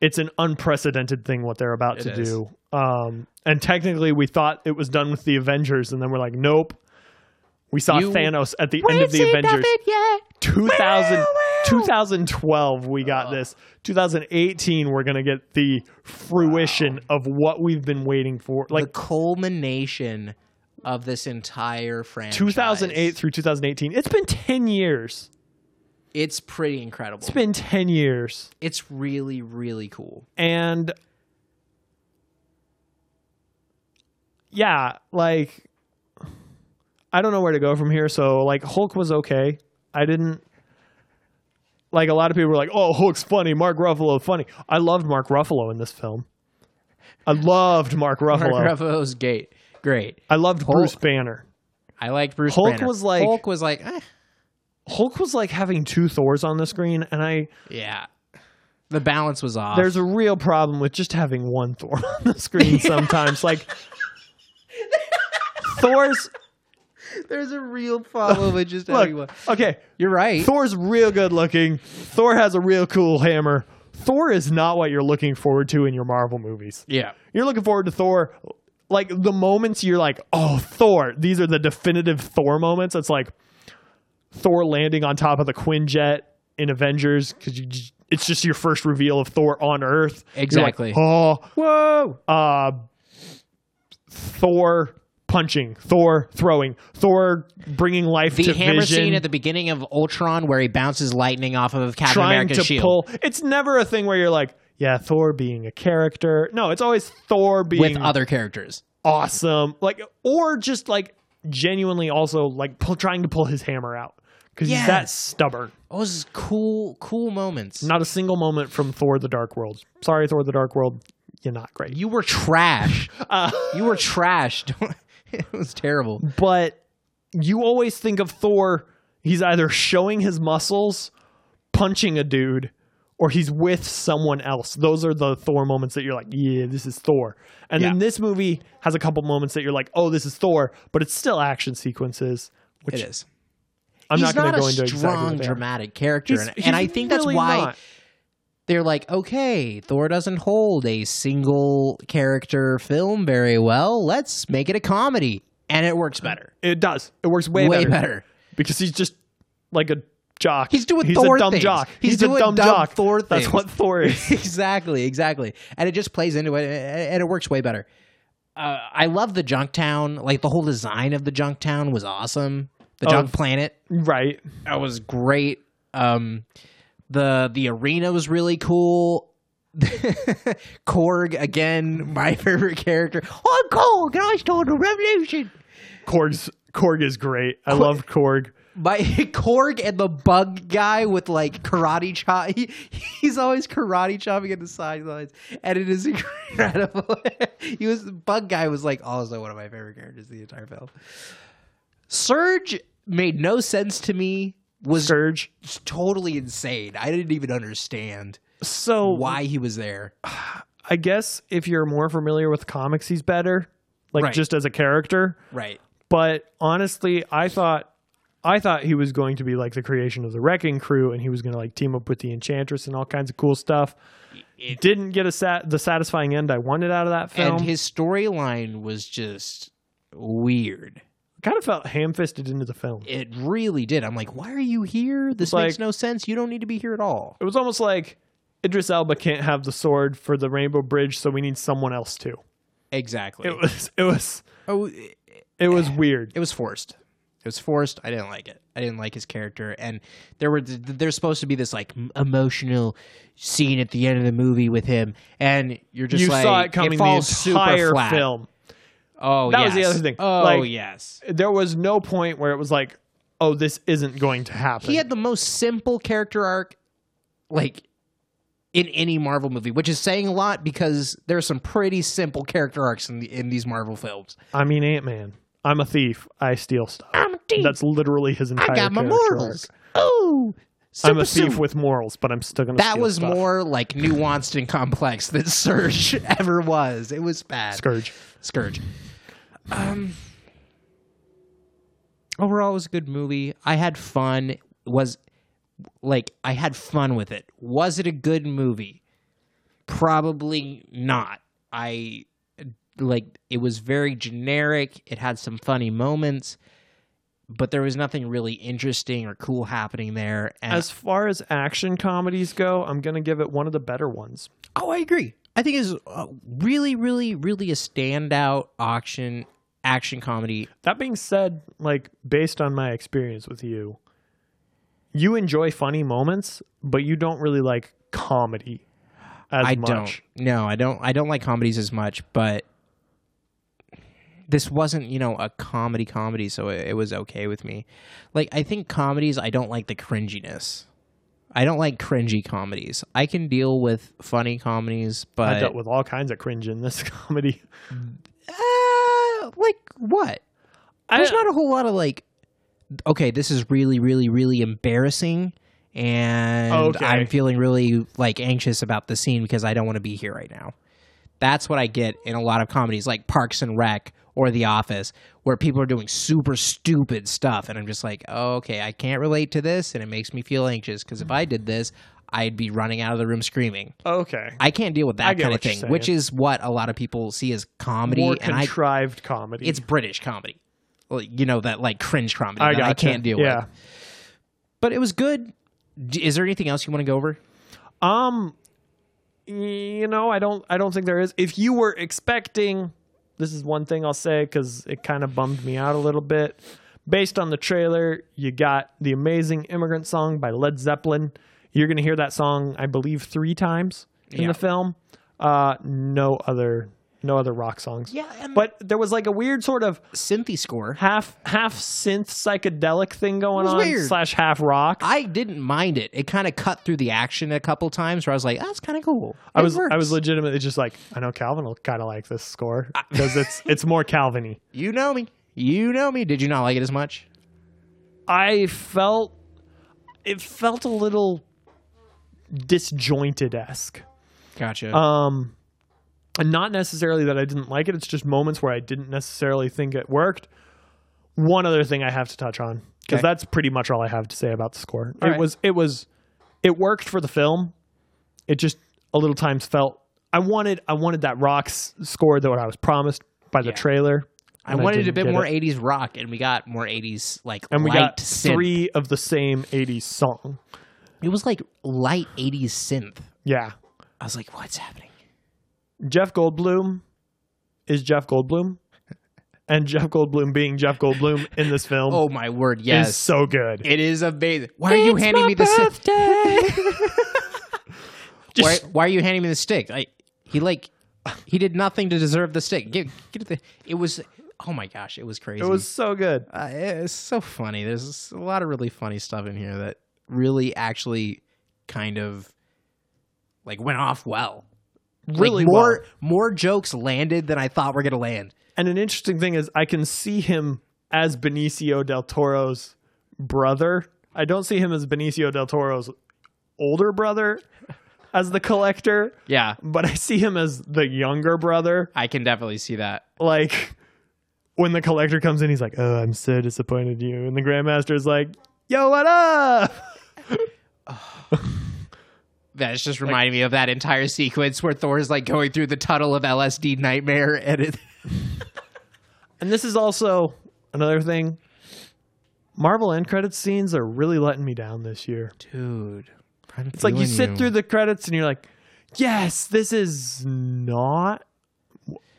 it's an unprecedented thing what they're about
It
to
is.
do um and technically we thought it was done with the avengers and then we're like nope we saw
You-
thanos at the end of the avengers 2000, 2012 we got this 2018 we're gonna get the fruition of what we've been waiting for like
The culmination of this entire franchise.
2008 through 2018 it's been 10 years
It's pretty incredible.
it's been 10 years
It's really really cool.
and yeah like i don't know where to go from here so like hulk was okay i didn't like a lot of people were like oh hulk's funny mark ruffalo funny i loved mark ruffalo in this film i loved mark ruffalo
Mark Ruffalo's gate, great.
i loved
Hulk-
bruce banner
I like Bruce.
Hulk
Banner.
was like-
Hulk was like. eh.
hulk was like having two thors on the screen and i
Yeah. The balance was off.
there's a real problem with just having one Thor on the screen sometimes. like Thor's
there's a real problem with just
look, okay.
You're right.
Thor's real good looking. Thor has a real cool hammer. Thor is not what you're looking forward to in your Marvel movies.
yeah.
You're looking forward to Thor like the moments you're like, "Oh, Thor." These are the definitive Thor moments. It's like Thor landing on top of the Quinjet in Avengers cuz you j- it's just your first reveal of Thor on Earth. You're like,
Exactly.
oh,
Whoa.
uh, Thor punching, Thor throwing, Thor bringing life
The
to
hammer
Vision,
scene at the beginning of Ultron where he bounces lightning off of Captain
trying
America's
to
shield.
pull. It's never a thing where you're like, yeah, Thor being a character. No, it's always Thor
with
being
other characters.
awesome, like or just like genuinely also like pull, trying to pull his hammer out because he's that
Yes.
stubborn.
Oh, this is cool, cool moments.
Not a single moment from Thor: The Dark World. Sorry, Thor: The Dark World, you're not great.
You were trash.
Uh,
you were trash. Don't- it was terrible.
but you always think of Thor, he's either showing his muscles, punching a dude, or he's with someone else. Those are the Thor moments that you're like, yeah, this is Thor. And then
Yeah.
this movie has a couple moments that you're like, oh, this is Thor, but it's still action sequences,
It
which
is.
I'm
He's
not going to
a
go into exactly.
strong
what they are.
dramatic character,
He's-
and,
he's
and I think that's
really
why
not.
they're like, okay, Thor doesn't hold a single character film very well. Let's make it a comedy. And it works better.
it does. It works way,
Way
better,
better.
because he's just like a jock.
He's doing
he's
Thor
a dumb
things.
jock.
He's
He's,
doing
a dumb,
dumb
jock.
Thor
That's
things.
what Thor is.
exactly, exactly. And it just plays into it and and it works way better. Uh, I love the Junktown. Like the whole design of the Junktown was awesome. the
Oh.
junk planet.
Right.
That was great. Um, the the arena was really cool. Korg again, my favorite character. I'm Korg, and I started a revolution.
Korg's Korg is great. I love Korg.
My Korg and the bug guy with like karate chop. He, he's always karate chopping at the sidelines, and it is incredible. he was the bug guy was like also one of my favorite characters in the entire film. Surge made no sense to me. Was
Surge.
totally insane. I didn't even understand
So
why he was there.
I guess if you're more familiar with comics, he's better. Like
Right.
just as a character.
Right.
But honestly, I thought I thought he was going to be like the creation of the Wrecking Crew, and he was going to like team up with the Enchantress and all kinds of cool stuff.
It-
Didn't get a sat- the satisfying end I wanted out of that film.
And his storyline was just weird.
kind of felt ham fisted into the film.
It really did. I'm like, why are you here? This
Like-
makes no sense. You don't need to be here at all.
It was almost like Idris Elba can't have the sword for the Rainbow Bridge, so we need someone else to.
Exactly.
It was it was
oh, it,
it was weird.
it was forced. It was forced. I didn't like it. I didn't like his character. And there were th- there's supposed to be this like m- emotional scene at the end of the movie with him, and you're just
You
like,
saw it coming
falls
the entire
super flat.
film.
Oh,
That was the
yes.
other thing.
Oh,
Like,
yes.
There was no point where it was like, oh, this isn't going to happen.
he had the most simple character arc like in any Marvel movie, which is saying a lot because there are some pretty simple character arcs in the, in these Marvel films.
I mean Ant Man. I'm a thief. I steal stuff.
I'm a thief.
That's literally his entire
I got my
character
morals.
arc.
Oh,
I'm a thief
suit.
with morals, but I'm still gonna
that
steal
was
stuff.
more like nuanced and complex than Surge ever was. It was bad.
Scourge.
Scourge. Um, overall, it was a good movie. I had fun. Was like I had fun with it. Was it a good movie? Probably not. I like it was very generic. It had some funny moments, but there was nothing really interesting or cool happening there. And
As far as action comedies go, I'm gonna give it one of the better ones.
Oh, I agree. I think it's uh, really, really, really a standout auction action comedy.
That being said, like based on my experience with you, you enjoy funny moments, but you don't really like comedy as
I
much.
don't. No, I don't. I don't like comedies as much, but this wasn't, you know, a comedy comedy, so it, it was okay with me. Like I think comedies, I don't like the cringiness. I don't like cringy comedies. I can deal with funny comedies,
I dealt
but
with all kinds of cringe in this comedy.
uh, like what? There's
I,
not a whole lot of like, okay, this is really, really, really embarrassing, and
Okay.
I'm feeling really like anxious about the scene because I don't want to be here right now. That's what I get in a lot of comedies like Parks and Rec or The Office, where people are doing super stupid stuff, and I'm just like, oh, okay, I can't relate to this, and it makes me feel anxious because if I did this, I'd be running out of the room screaming.
okay.
I can't deal with that
get
kind of
what you're
thing, which
saying.
is what a lot of people see as comedy,
More
and I
contrived comedy.
it's British comedy. Like, you know that like cringe comedy
I
that I
gotcha.
can't deal
yeah.
with. But it was good. D- Is there anything else you want to go over?
Um, you know, I don't, I don't think there is. If you were expecting, this is one thing I'll say because it kind of bummed me out a little bit. Based on the trailer, you got the amazing immigrant song by Led Zeppelin. You're gonna hear that song, I believe, three times in
Yeah.
the film. Uh, no other, no other rock songs.
Yeah, and-
but there was like a weird sort of
Synthy score.
half, half synth psychedelic thing going
was
on,
weird.
slash half rock.
I didn't mind it. It kind of cut through the action a couple times where I was like, that's kind of cool.
I
It
was
works.
I was legitimately just like I know Calvin will kind of like this score because it's it's more Calvin-y.
you know me. You know me. Did you not like it as much?
I felt it felt a little disjointed esque.
Gotcha.
Um, and not necessarily that I didn't like it. It's just moments where I didn't necessarily think it worked. One other thing I have to touch on because
Okay.
that's pretty much all I have to say about the score.
All
it
right.
was it was it worked for the film. It just a little times felt I wanted I wanted that rock s- score that what I was promised by the
Yeah.
trailer.
I
and
wanted a
didn't
bit
get
more
it.
80s rock, and we got more 80s like
and we
light
got
synth.
three of the same '80s song.
It was like light 80s synth.
Yeah,
I was like, what's happening?
Jeff Goldblum is Jeff Goldblum, and Jeff Goldblum being Jeff Goldblum in this film
Oh my word,
is
yes.
so good.
It is amazing. Why are you handing me the stick? Why,
Just-
why are you handing me the stick? I, he like he did nothing to deserve the stick. Get, get the, it was oh my gosh, it was crazy.
it was so good.
uh, it's so funny. There's a lot of really funny stuff in here that really actually kind of like went off well. Like,
Really
more
well.
more jokes landed than I thought were gonna land.
And an interesting thing is I can see him as Benicio del Toro's brother. I don't see him as Benicio del Toro's older brother as the collector,
Yeah,
but I see him as the younger brother.
I can definitely see that.
Like when the collector comes in, he's like, Oh, I'm so disappointed in you. And the Grandmaster is like, Yo, what up?
That's just reminding me of that entire sequence where Thor's like going through the tunnel of LSD nightmare, and it,
And this is also another thing. Marvel end credits scenes are really letting me down this year.
dude,
It's like you sit through the credits and you're like, yes, this is not.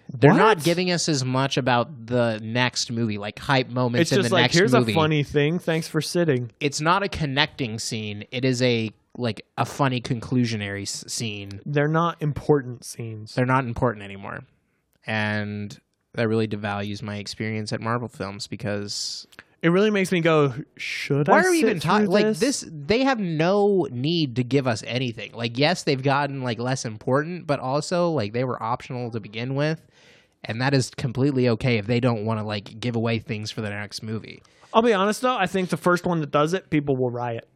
They're not
What?
giving us as much about the next movie, like hype moments
It's
in
just
the
like,
next
here's
movie.
a funny thing. Thanks for sitting.
it's not a connecting scene. It is a like a funny conclusionary s- scene.
They're not important scenes.
They're not important anymore, and that really devalues my experience at Marvel films because
It really makes me go, should I?
why are we
sit
even talking
through
like this? They have no need to give us anything. Like yes, they've gotten like less important, but also like they were optional to begin with. And that is completely okay if they don't want to like give away things for the next movie.
I'll be honest though. I think the first one that does it, people will riot.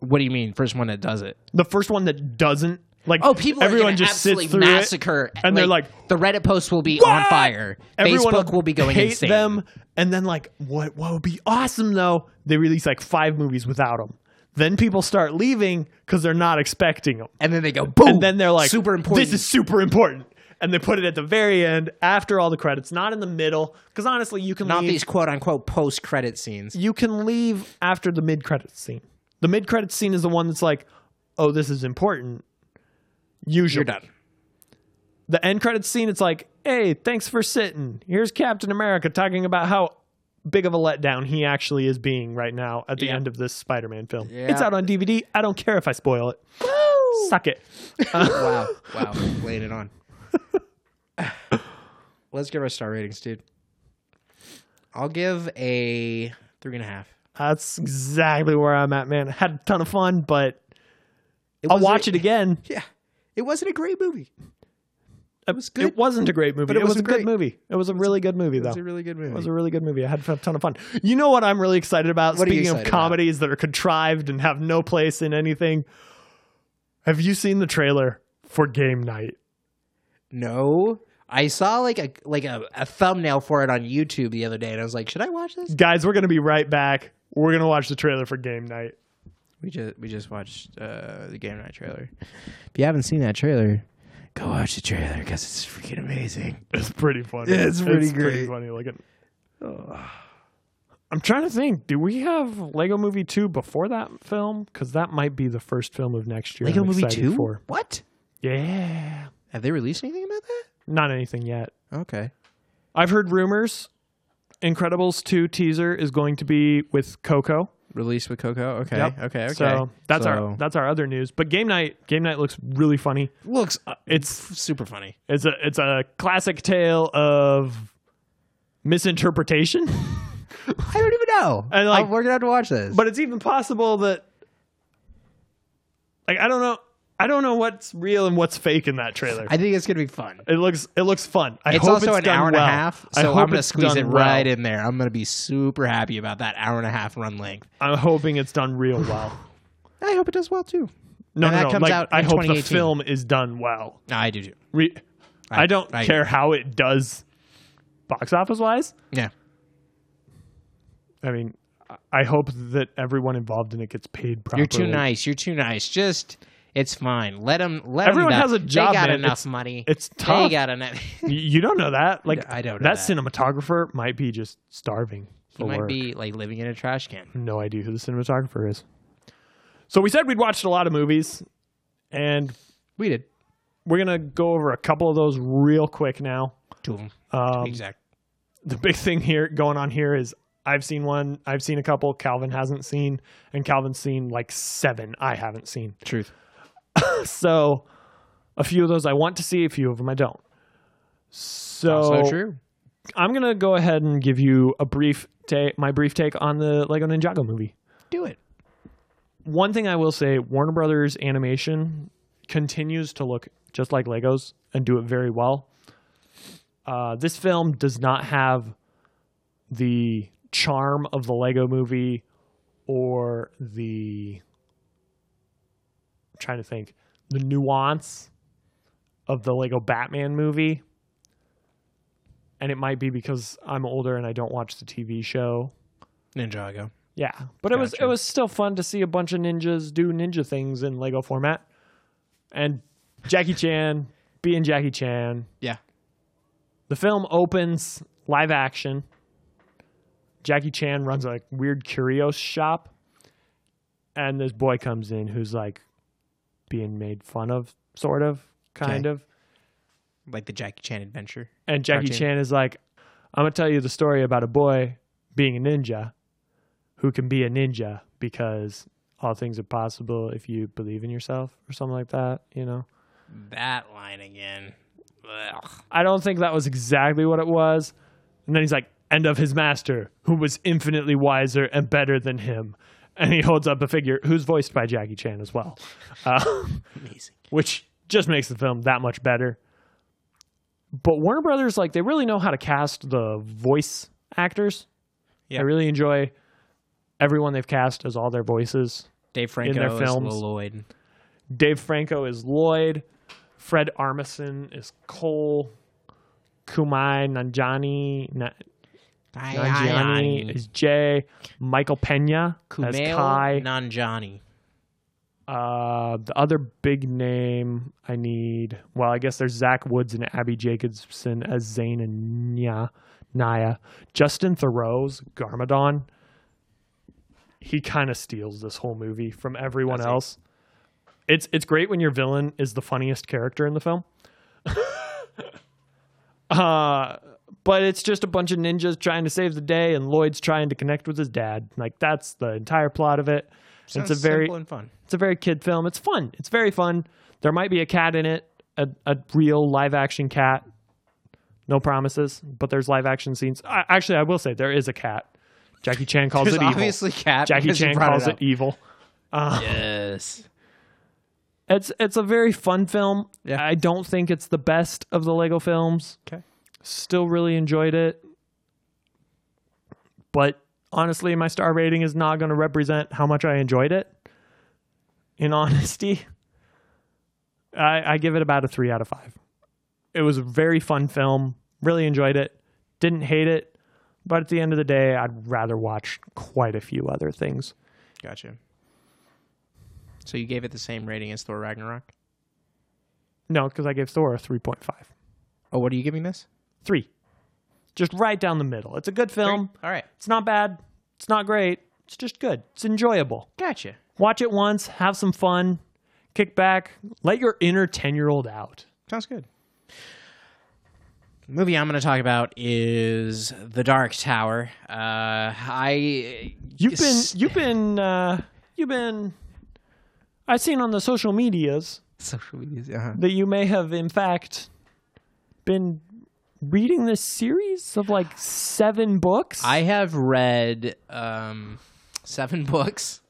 What do you mean? First one that does it.
The first one that doesn't, like,
Oh, people
everyone
are gonna
just sits
absolutely
through it.
massacre,
and they're like,
the Reddit post will be on fire.
Everyone
Facebook will be going
hate
insane.
them, and then like what? What would be awesome though? They release like five movies without them. Then people start leaving because they're not expecting them,
and then they go boom.
and then they're like,
super important.
This is super important." And they put it at the very end after all the credits, not in the middle, because honestly, you can
not
leave,
these quote unquote post credit scenes.
you can leave after the mid credits scene. The mid credits scene is the one that's like, "Oh, this is important."
You're
Usually,
done.
the end credits scene, it's like, hey, thanks for sitting. Here's Captain America talking about how big of a letdown he actually is being right now at the
Yeah.
end of this Spider Man film.
Yeah.
It's out on DVD. I don't care if I spoil it. Suck it.
wow, wow, laying it on. Let's give our star ratings, dude. I'll give a three and a half.
That's exactly where I'm at, man. Had a ton of fun, but I'll
wasn't-
watch it again.
Yeah, it wasn't a great movie.
It
was good.
It wasn't a great movie,
it
it, was,
was
a good
great.
movie. It was a really good movie, though.
It's a really good movie.
It was a really good movie. I had a ton of fun. You know what I'm really excited about?
What are you
Speaking
excited
of
about?
comedies that are contrived and have no place in anything, have you seen the trailer for Game Night?
No, I saw like a like a, a thumbnail for it on YouTube the other day, and I was like, should I watch this?
Guys, we're going to be right back. We're going to watch the trailer for Game Night.
We just we just watched uh, the game night trailer. If you haven't seen that trailer, go watch the trailer because it's freaking amazing.
It's pretty funny.
Yeah, it's pretty great.
funny looking. I'm trying to think. Do we have Lego Movie 2 before that film? Because that might be the first film of next year.
Lego
I'm
Movie
excited
Two?
For.
What?
Yeah.
Have they released anything about that?
Not anything yet.
Okay.
I've heard rumors. Incredibles 2 teaser is going to be with Coco.
Released with Coco. Okay.
Yep.
Okay. Okay.
So that's
So-
our that's our other news. But game night game night looks really funny.
looks uh,
It's
super funny.
it's a it's a classic tale of misinterpretation.
I don't even know.
And, like-
Oh, we're gonna have to watch this.
but it's even possible that like I don't know I don't know what's real and what's fake in that trailer.
I think it's gonna be fun.
it looks it looks fun. I
It's
hope
also
it's
an
done
hour and
well.
a half,
I
so
hope
I'm gonna
it's
squeeze
done
it
well.
right in there. I'm gonna be super happy about that hour and a half run length.
I'm hoping it's done real well.
I hope it does well too. And
No, no,
that
no.
comes
like,
out
I
in
hope the
2018.
film is done well.
I do too.
Re- I, don't
I-
care how it does box office wise.
Yeah.
I mean, I- I hope that everyone involved in it gets paid properly.
You're too nice. You're too nice. Just it's fine. Let them. Let 'em
Everyone
know.
has a job,
They got
man.
enough
It's-
money.
It's tough.
They got enough.
Y- you don't know that. Like
I don't know
that,
that.
cinematographer might be just starving.
he
for
might
work.
be like living in a trash can.
No idea who the cinematographer is. So we said we'd watched a lot of movies, and
We did
we're gonna go over a couple of those real quick now.
two of them.
Um,
exactly.
the big thing here going on here is I've seen one, I've seen a couple, Calvin hasn't seen, and Calvin's seen like seven I haven't seen.
Truth.
So a few of those I want to see, a few of them I don't. So,
so true.
I'm gonna go ahead and give you a brief take, my brief take on the Lego Ninjago movie.
Do it.
One thing I will say, Warner Brothers animation continues to look just like Legos and do it very well. Uh, this film does not have the charm of the Lego movie or the I'm trying to think the nuance of the Lego Batman movie. And it might be because I'm older and I don't watch the TV show.
Ninjago.
Yeah, but it was it
Gotcha.
was still fun to see a bunch of ninjas do ninja things in Lego format, and Jackie Chan being Jackie Chan.
Yeah.
The film opens live action. Jackie Chan runs a weird curio shop, and this boy comes in who's like being made fun of, sort of, kind
Okay.
of.
Like the Jackie Chan adventure.
And Jackie
Cartoon.
Chan is like, I'm going to tell you the story about a boy being a ninja who can be a ninja because all things are possible if you believe in yourself or something like that, you know?
That line again. Ugh.
I don't think that was exactly what it was. And then he's like, and of his master, who was infinitely wiser and better than him. And he holds up a figure who's voiced by Jackie Chan as well. Uh,
Amazing.
which just makes the film that much better. But Warner Brothers, like, they really know how to cast the voice actors.
Yeah.
I really enjoy everyone they've cast as all their voices.
Dave Franco
their
is
films.
Lil Lloyd.
Dave Franco is Lloyd, Fred Armisen is Cole, Kumai Nanjani, Na-
Aye, aye,
Nanjiani
aye.
is Jay, Michael Pena as
Kumail
Kai.
Nanjiani.
Uh, the other big name I need, well, I guess there's Zach Woods and Abby Jacobson as Zane and Nya, Naya. Justin Thoreau's Garmadon. He kind of steals this whole movie from everyone
Does he?
else. It's it's great when your villain is the funniest character in the film. uh, but it's just a bunch of ninjas trying to save the day, and Lloyd's trying to connect with his dad. Like that's the entire plot of it.
Sounds
it's a very
simple and fun.
it's a very kid film. It's fun. It's very fun. There might be a cat in it, a, a real live action cat. No promises, but there's live action scenes. I, actually, I will say there is a cat. Jackie Chan calls it
It's
evil.
obviously cat.
Jackie
because you
Chan
brought
calls
it,
it,
up.
evil.
Yes.
It's it's a very fun film.
Yeah.
I don't think it's the best of the Lego films.
Okay.
Still really enjoyed it. But honestly, my star rating is not going to represent how much I enjoyed it. In honesty, I, I give it about a three out of five. It was a very fun film. Really enjoyed it. Didn't hate it. But at the end of the day, I'd rather watch quite a few other things.
Gotcha. So you gave it the same rating as Thor Ragnarok?
No, because I gave Thor a 3.5.
Oh, what are you giving this?
three. Just right down the middle. It's a good film.
All right.
It's not bad. It's not great. It's just good. It's enjoyable.
Gotcha.
Watch it once, have some fun, kick back, let your inner 10 year old out.
Sounds good. movie I'm going to talk about is The Dark Tower. Uh, I
You've been,
s-
you've been, uh, you've been, I've seen on the social medias
social media. Uh-huh.
that you may have, in fact, been reading this series of like seven books.
I have read um, seven books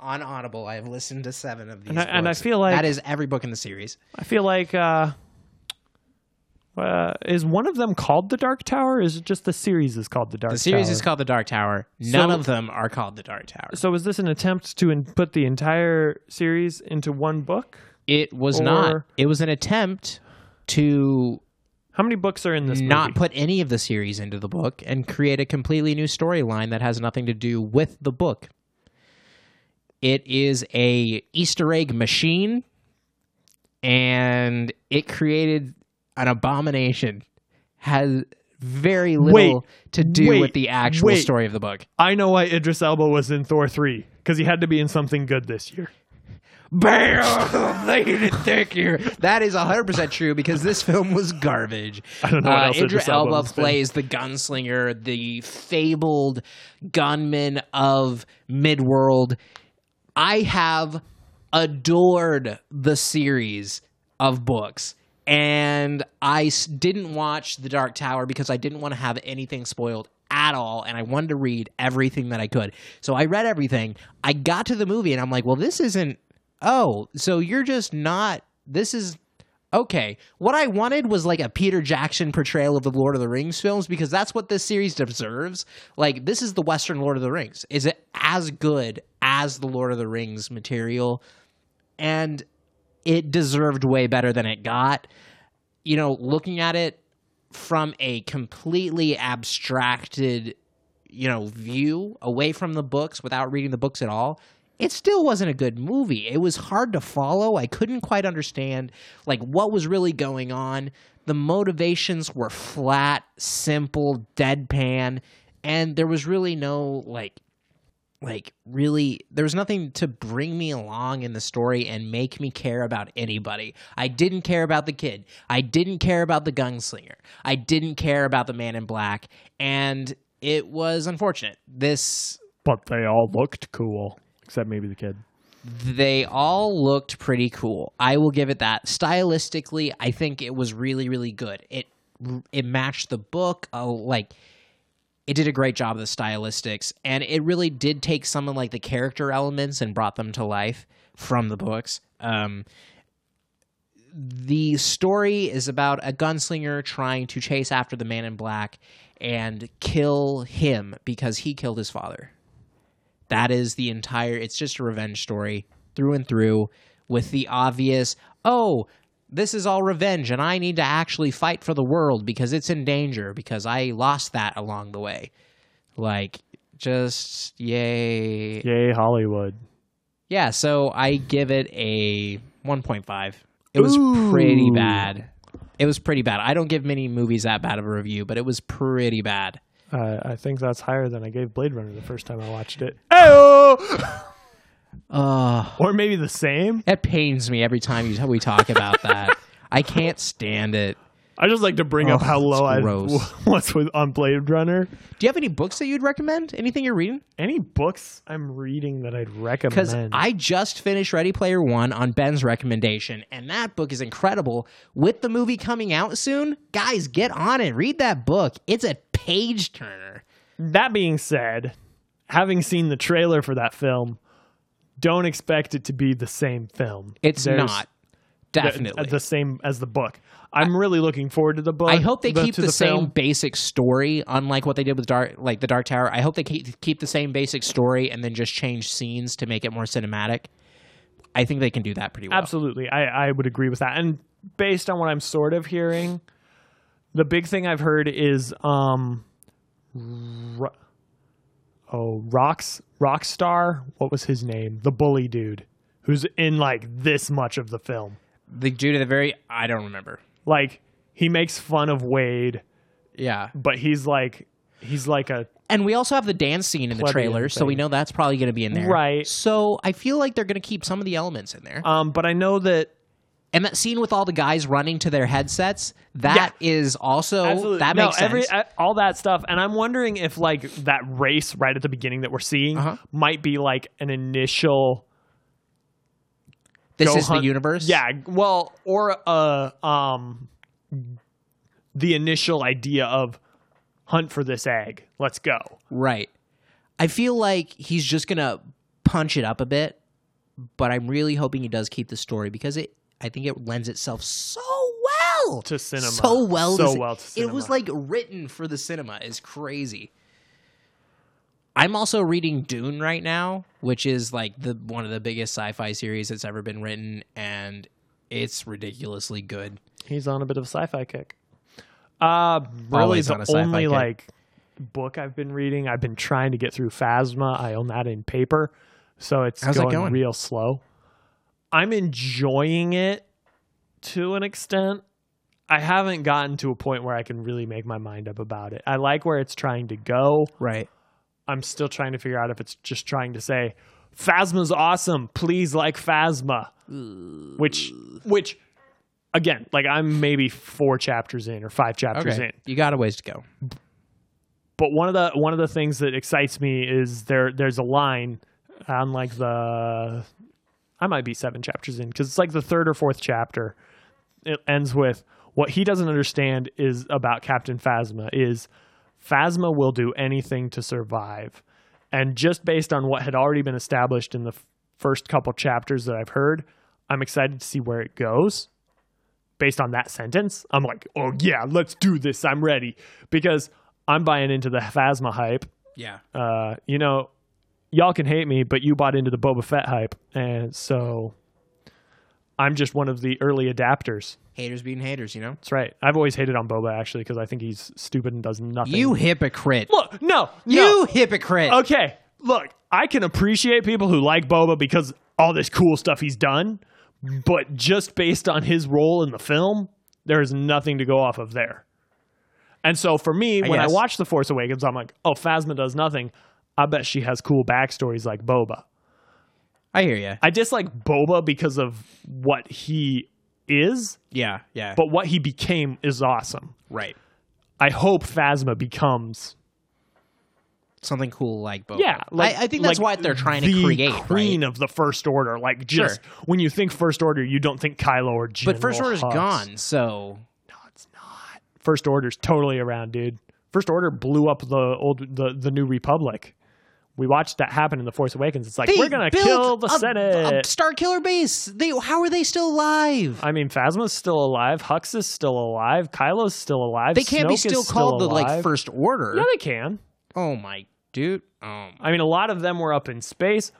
on Audible. I have listened to seven of these,
And I- and I
books.
feel like-
that is every book in the series.
I feel like uh, uh, is one of them called the Dark Tower? Is it just the series is called the Dark Tower?
The series is called The Dark Tower. None
So-
of them are called The Dark Tower.
So is this an attempt to in- put the entire series into one book?
It was
Or-
not. It was an attempt to
How many books are in this?
not
movie?
put any of the series into the book and create a completely new storyline that has nothing to do with the book. It is a Easter egg machine and it created an abomination has very little to do
wait,
with the actual
wait.
story of the book.
I know why Idris Elba was in Thor three because he had to be in something good this year.
bam, they didn't think you. That is 100% true because this film was garbage. I
don't know what else
Idris
Idris Elba
Elba
has been.
plays the gunslinger, the fabled gunman of Midworld. I have adored the series of books. And I s- didn't watch The Dark Tower because I didn't want to have anything spoiled at all. And I wanted to read everything that I could. So I read everything. I got to the movie and I'm like, well, this isn't. Oh, so you're just not. This is. Okay. What I wanted was like a Peter Jackson portrayal of the Lord of the Rings films because that's what this series deserves. Like this is the Western Lord of the Rings. Is it as good as the Lord of the Rings material? And it deserved way better than it got. You know, looking at it from a completely abstracted, you know, view away from the books without reading the books at all, it still wasn't a good movie. It was hard to follow. I couldn't quite understand like what was really going on. The motivations were flat, simple, deadpan, and there was really no like like really there was nothing to bring me along in the story and make me care about anybody i didn't care about the kid i didn't care about the gunslinger i didn't care about the man in black and it was unfortunate this
But they all looked cool, except maybe the kid.
they all looked pretty cool. I will give it that. Stylistically, I think it was really really good. It it matched the book. Oh, like it did a great job of the stylistics and it really did take some of like the character elements and brought them to life from the books. Um the story is about a gunslinger trying to chase after the man in black and kill him because he killed his father. That is the entire. It's just a revenge story through and through, with the obvious. Oh, this is all revenge, and I need to actually fight for the world because it's in danger because I lost that along the way. Like, just yay.
Yay, Hollywood.
Yeah. So I give it a one point five. It was
Ooh.
pretty bad. It was pretty bad. I don't give many movies that bad of a review, but it was pretty bad.
Uh, I think that's higher than I gave Blade Runner the first time I watched it. Oh,
Ugh.
or maybe the same.
That pains me every time you, we talk about that. I can't stand it.
I just like to bring up
Oh,
how low
that's
I
gross.
was with on Blade Runner.
Do you have any books that you'd recommend? Anything you're reading?
Any books I'm reading that I'd
Because
recommend?
I just finished Ready Player One on Ben's recommendation, and that book is incredible. With the movie coming out soon, guys, get on it. Read that book. It's a page turner.
that being said, having seen the trailer for that film, don't expect it to be the same film.
It's
There's-
not. Definitely.
the same as the book. I'm really looking forward to the book.
I hope they
the-
keep
to
the, same
film.
basic story, unlike what they did with Dark, like the Dark Tower. I hope they keep keep the same basic story and then just change scenes to make it more cinematic. I think they can do that pretty well.
Absolutely. I, I would agree with that. And based on what I'm sort of hearing, the big thing I've heard is um Ro- oh, Rocks Rockstar, what was his name? The bully dude who's in like this much of the film.
The dude at the very, I don't remember.
Like he makes fun of Wade,
Yeah.
but he's like he's like a
And we also have the dance scene in the
Plebeian
trailer, so we
thing.
know that's probably going to be in there.
Right.
So I feel like they're going to keep some of the elements in there.
um but I know that
and that scene with all the guys running to their headsets, that is also,
Absolutely.
that
no,
makes
every,
sense.
uh, All that stuff, and I'm wondering if like that race right at the beginning that we're seeing
Uh-huh.
might be like an initial.
this
go
is
hunt-
the universe.
Yeah. Well, or uh, um, the initial idea of hunt for this egg. Let's go.
Right. I feel like he's just going to punch it up a bit, but I'm really hoping he does keep the story because it I think it lends itself so well
To cinema.
So well.
So
to-
well to
It was
cinema.
like written for the cinema. It's crazy. I'm also reading Dune right now, which is like the one of the biggest sci-fi series that's ever been written and it's ridiculously good.
He's on a bit of a sci-fi kick. Uh, really,
Always
the
on a sci-fi
only
kick.
like book I've been reading. I've been trying to get through Phasma. I own that in paper, so it's
How's that
going,
going?
real slow. I'm enjoying it to an extent. I haven't gotten to a point where I can really make my mind up about it. I like where it's trying to go.
Right.
I'm still trying to figure out if it's just trying to say Phasma's awesome. Please like Phasma. Which which again, like I'm maybe 4 chapters in or 5 chapters in.
You got a ways to go.
But one of the one of the things that excites me is there there's a line on like the I might be 7 chapters in cuz it's like the third or fourth chapter. It ends with what he doesn't understand is about Captain Phasma is Phasma will do anything to survive. And just based on what had already been established in the f- first couple chapters that I've heard, I'm excited to see where it goes. Based on that sentence, I'm like, oh yeah, let's do this. I'm ready because I'm buying into the Phasma hype.
Yeah.
Uh, you know, y'all can hate me, but you bought into the Boba Fett hype, and so I'm just one of the early adapters.
Haters being haters, you know?
That's right. I've always hated on Boba actually because I think he's stupid and does nothing.
You hypocrite.
look, no, no. Uh,
You hypocrite.
okay, look, I can appreciate people who like Boba because all this cool stuff he's done, but just based on his role in the film, there is nothing to go off of there. And so for me, when I
guess.
watch The Force Awakens, I'm like, oh, Phasma does nothing. I bet she has cool backstories like Boba.
I hear you.
I dislike Boba because of what he is,
Yeah, yeah.
but what he became is awesome.
right.
I hope Phasma becomes
Something cool like Boba.
Yeah, like,
I, I think that's
like
what they're trying
the
to create.
Queen
right?
of the First Order, like just when you think First Order, you don't think Kylo or General.
But First Order's
Hux.
gone, so
First Order's totally around, dude. First Order blew up the old the the New Republic. We watched that happen in the Force Awakens. It's like
They
we're gonna
built
kill the
a- A
Senate.
Star Killer base. They how are they still alive?
I mean, Phasma's still alive. Hux is still alive. Kylo's still alive.
They can't be
Snoke
still
is
called the like
alive.
First Order.
Yeah, they can.
Oh my dude. Um,
I mean, a lot of them were up in space.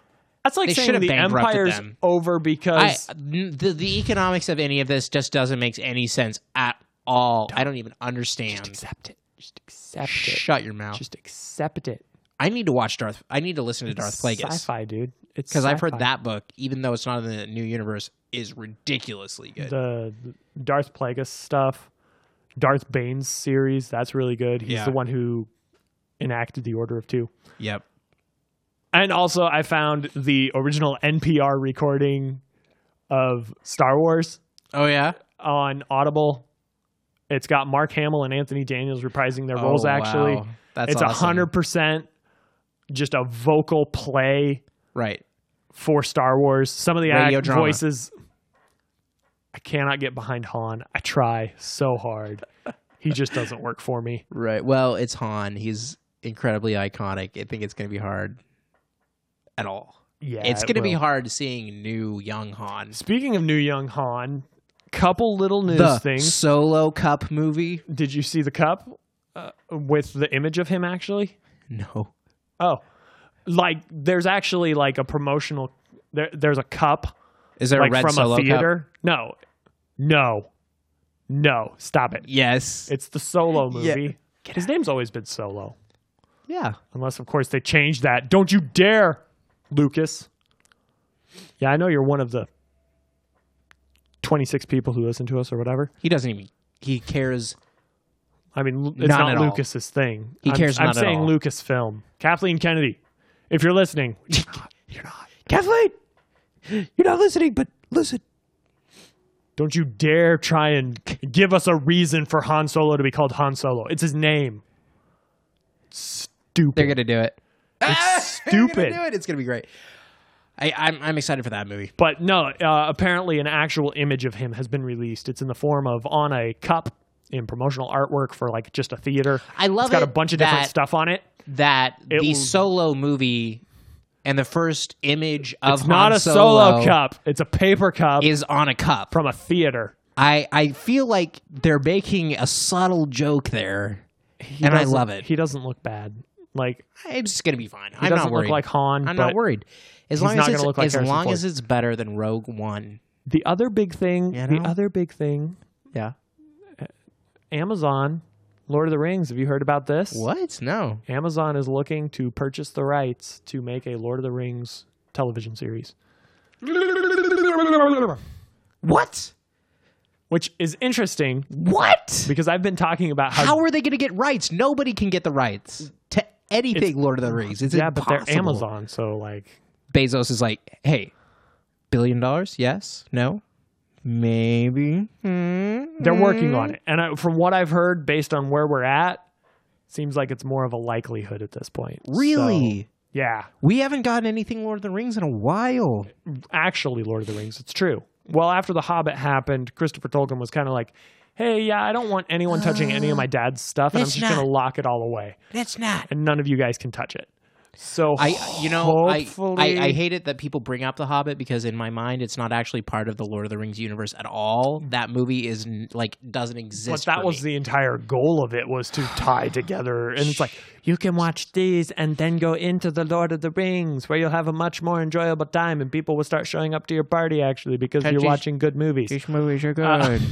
That's like
They should
saying
have
the
bankrupted
empire's
them.
over
I
because
n- the the economics of any of this just doesn't make any sense at all. I don't even understand.
accept it. Just accept it.
Shut your mouth.
Just accept it.
I need to watch Darth. I need to listen to Darth Plagueis
Sci-fi, dude. It's
because I've heard
sci-fi.
that book, even though it's not in the new universe, is ridiculously good.
the the Darth Plagueis stuff, Darth Bane's series. That's really good. He's
Yeah.
the one who enacted the Order of Two.
yep.
And also, I found the original NPR recording of Star Wars
Oh yeah.
on Audible. It's got Mark Hamill and Anthony Daniels reprising their
Oh,
roles. Actually,
wow. That's
it's a
awesome.
hundred percent just a vocal play
Right.
for Star Wars. Some of the
Radio
act
drama.
voices I cannot get behind Han. I try so hard. He just doesn't work for me.
Right. Well, it's Han. He's incredibly iconic. I think it's going to be hard at all.
Yeah.
it's
it
going to be
will.
hard seeing new young Han.
Speaking of new young Han, couple little news
The
things.
Solo Cup movie?
Did you see the cup uh, with the image of him actually?
No.
Oh. Like there's actually like a promotional there there's a cup
Is there
like
a red
from
Solo
a
Cup?
theater? No. No. No, stop it.
Yes.
It's the Solo
Yeah.
movie. His name's always been Solo.
yeah.
Unless, of course, they change that. Don't you dare, Lucas. Yeah, I know you're one of the 26 people who listen to us or whatever.
He doesn't even. He cares.
I mean, Lu- it's
Not
not,
at all.
Lucas's thing.
He
I'm,
cares
I'm
not at
saying
all.
Lucasfilm. Kathleen Kennedy, if you're listening,
You're not. Kathleen! You're not listening, but listen.
don't you dare try and give us a reason for Han Solo to be called Han Solo. It's his name. Stupid.
They're going to do it.
It's
They're
stupid.
gonna do it. It's going to be great. I, I'm, I'm excited for that movie.
But no, uh, apparently an actual image of him has been released. It's in the form of on a cup in promotional artwork for like just a theater.
I love
It's got a
it
bunch of different
that-
stuff on it.
That
It
the
will-
solo movie and the first image of
It's not
Han
a solo,
Solo
cup. It's a paper cup
is on a cup.
from a theater.
I, I feel like they're making a subtle joke there,
He
and I
doesn't-
love it.
He doesn't look bad. Like
it's just gonna be fine.
he
I'm
doesn't
not worried.
look like Han.
I'm
but
not worried. As long
not
as
gonna
it's
look like
as
Harrison
long
Ford.
as it's better than Rogue One.
The other big thing.
You
The
know?
other big thing.
Yeah.
Amazon, Lord of the Rings. Have you heard about this?
What? No.
Amazon is looking to purchase the rights to make a Lord of the Rings television series.
What?
which is interesting
What?
because I've been talking about how,
How are they gonna get rights? Nobody can get the rights to anything Lord of the Rings. It's
yeah, but
impossible.
they're Amazon, so like
Bezos is like, hey, billion dollars? Yes? No? Maybe? Hmm?
They're working
Mm.
on it. And I, from what I've heard, based on where we're at, seems like it's more of a likelihood at this point. So,
Really?
yeah.
we haven't gotten anything Lord of the Rings in a while.
Actually, Lord of the Rings, it's true. Well, after The Hobbit happened, Christopher Tolkien was kind of like, hey, yeah, I don't want anyone touching any of my dad's stuff, and I'm
let's
just going
not."
to lock it all away,
That's not.
and none of you guys can touch it. So
I, you know, I,
hopefully-
I, I hate it that people bring up The Hobbit because in my mind, it's not actually part of the Lord of the Rings universe at all. That movie is n- like doesn't
but
exist.
that
for
was
me.
the entire goal of it was to tie together and it's like you can watch these and then go into the lord of the rings where you'll have a much more enjoyable time and people will start showing up to your party actually because
Touchy-
you're watching good movies
movies are good.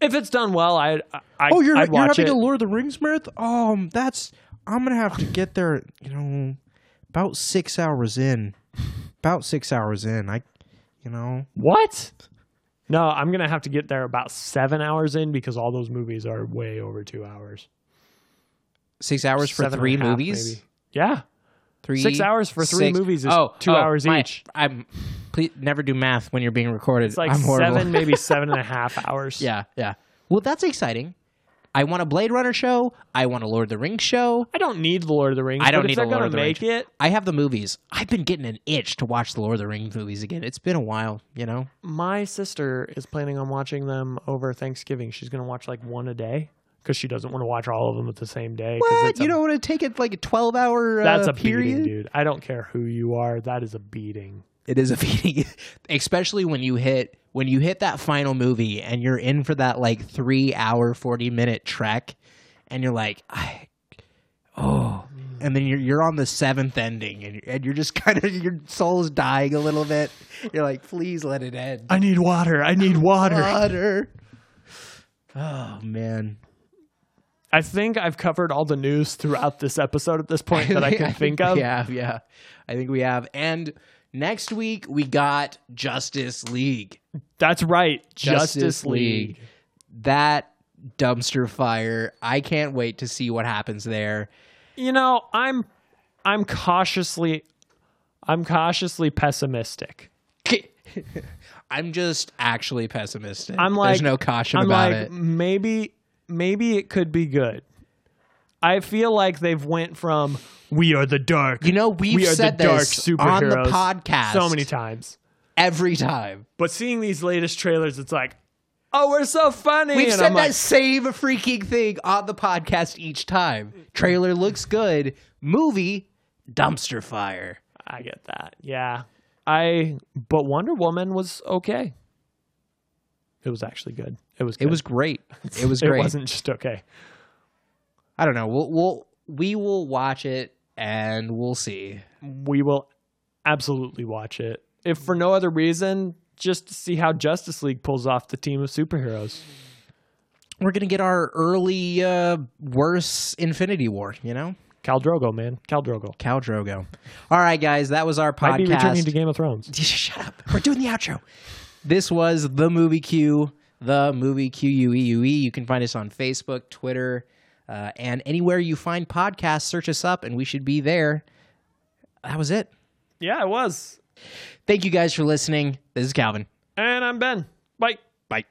if it's done well i i
oh, you're
I'd
you're
watch
having
it.
a Lord of the Rings marathon? Um, that's I'm gonna have to get there. You know, about six hours in. About six hours in. I, you know,
what no i'm gonna have to get there about seven hours in because all those movies are way over two hours
six hours for
Seven and
three
a half,
movies.
maybe. yeah
Three
Six hours for three
six-
movies is
oh,
two
oh,
hours
my-
each.
I'm please never do math when you're being recorded.
it's like
I'm horrible.
seven maybe seven and a half hours
Yeah, yeah. Well, that's exciting. I want a Blade Runner show. I want a Lord of the Rings show.
I don't need the Lord of the Rings.
I don't
but
need
if they're
a Lord
gonna
of the
make it.
I have the movies. I've been getting an itch to watch the Lord of the Rings movies again. It's been a while, you know.
My sister is planning on watching them over Thanksgiving. She's going to watch like one a day because she doesn't want to watch all of them at the same day. 'cause
What?
it's
You
a-
don't want to take it like a twelve-hour?
that's
uh,
a
period.
beating, dude. I don't care who you are. That is a beating.
It is a beating, especially when you hit when you hit that final movie and you're in for that like three hour forty minute trek, and you're like, I, oh, and then you're you're on the seventh ending and you're, and you're just kind of your soul's dying a little bit. You're like, please let it end.
I need water. I need water.
Water. Oh man,
I think I've covered all the news throughout this episode at this point that I can think of.
Yeah, yeah, I think we have. And next week we got Justice League.
That's right.
Justice,
Justice, League.
League. That dumpster fire. I can't wait to see what happens there.
You know, I'm I'm cautiously I'm cautiously pessimistic.
I'm just actually pessimistic.
I'm like,
there's no caution
I'm
about
like,
it.
Maybe, maybe it could be good. I feel like they've went from we are the dark,
You know, we've
we are
said
the dark
this on the
superheroes
podcast
so many times,
every time.
but seeing these latest trailers, it's like, oh, we're so funny.
We've
and
said
I'm
that
like,
same freaking thing on the podcast each time. Trailer looks good. Movie dumpster fire.
I get that. Yeah, I. But Wonder Woman was okay. It was actually good. It was. Good.
It was great. It was
It
great.
wasn't just okay.
I don't know. We'll, we'll we will watch it and we'll see.
we will absolutely watch it. If for no other reason, just to see how Justice League pulls off the team of superheroes.
we're gonna get our early uh worse infinity war you know
Cal Drogo, man. Cal Drogo.
cal drogo all right guys that was our
Might be returning
podcast
to Game of Thrones.
shut up we're doing the outro this was the movie q the movie q u e u e you can find us on facebook twitter uh, and anywhere you find podcasts search us up and we should be there that was it
Yeah, it was.
thank you guys for listening this is calvin
And I'm Ben. Bye.
bye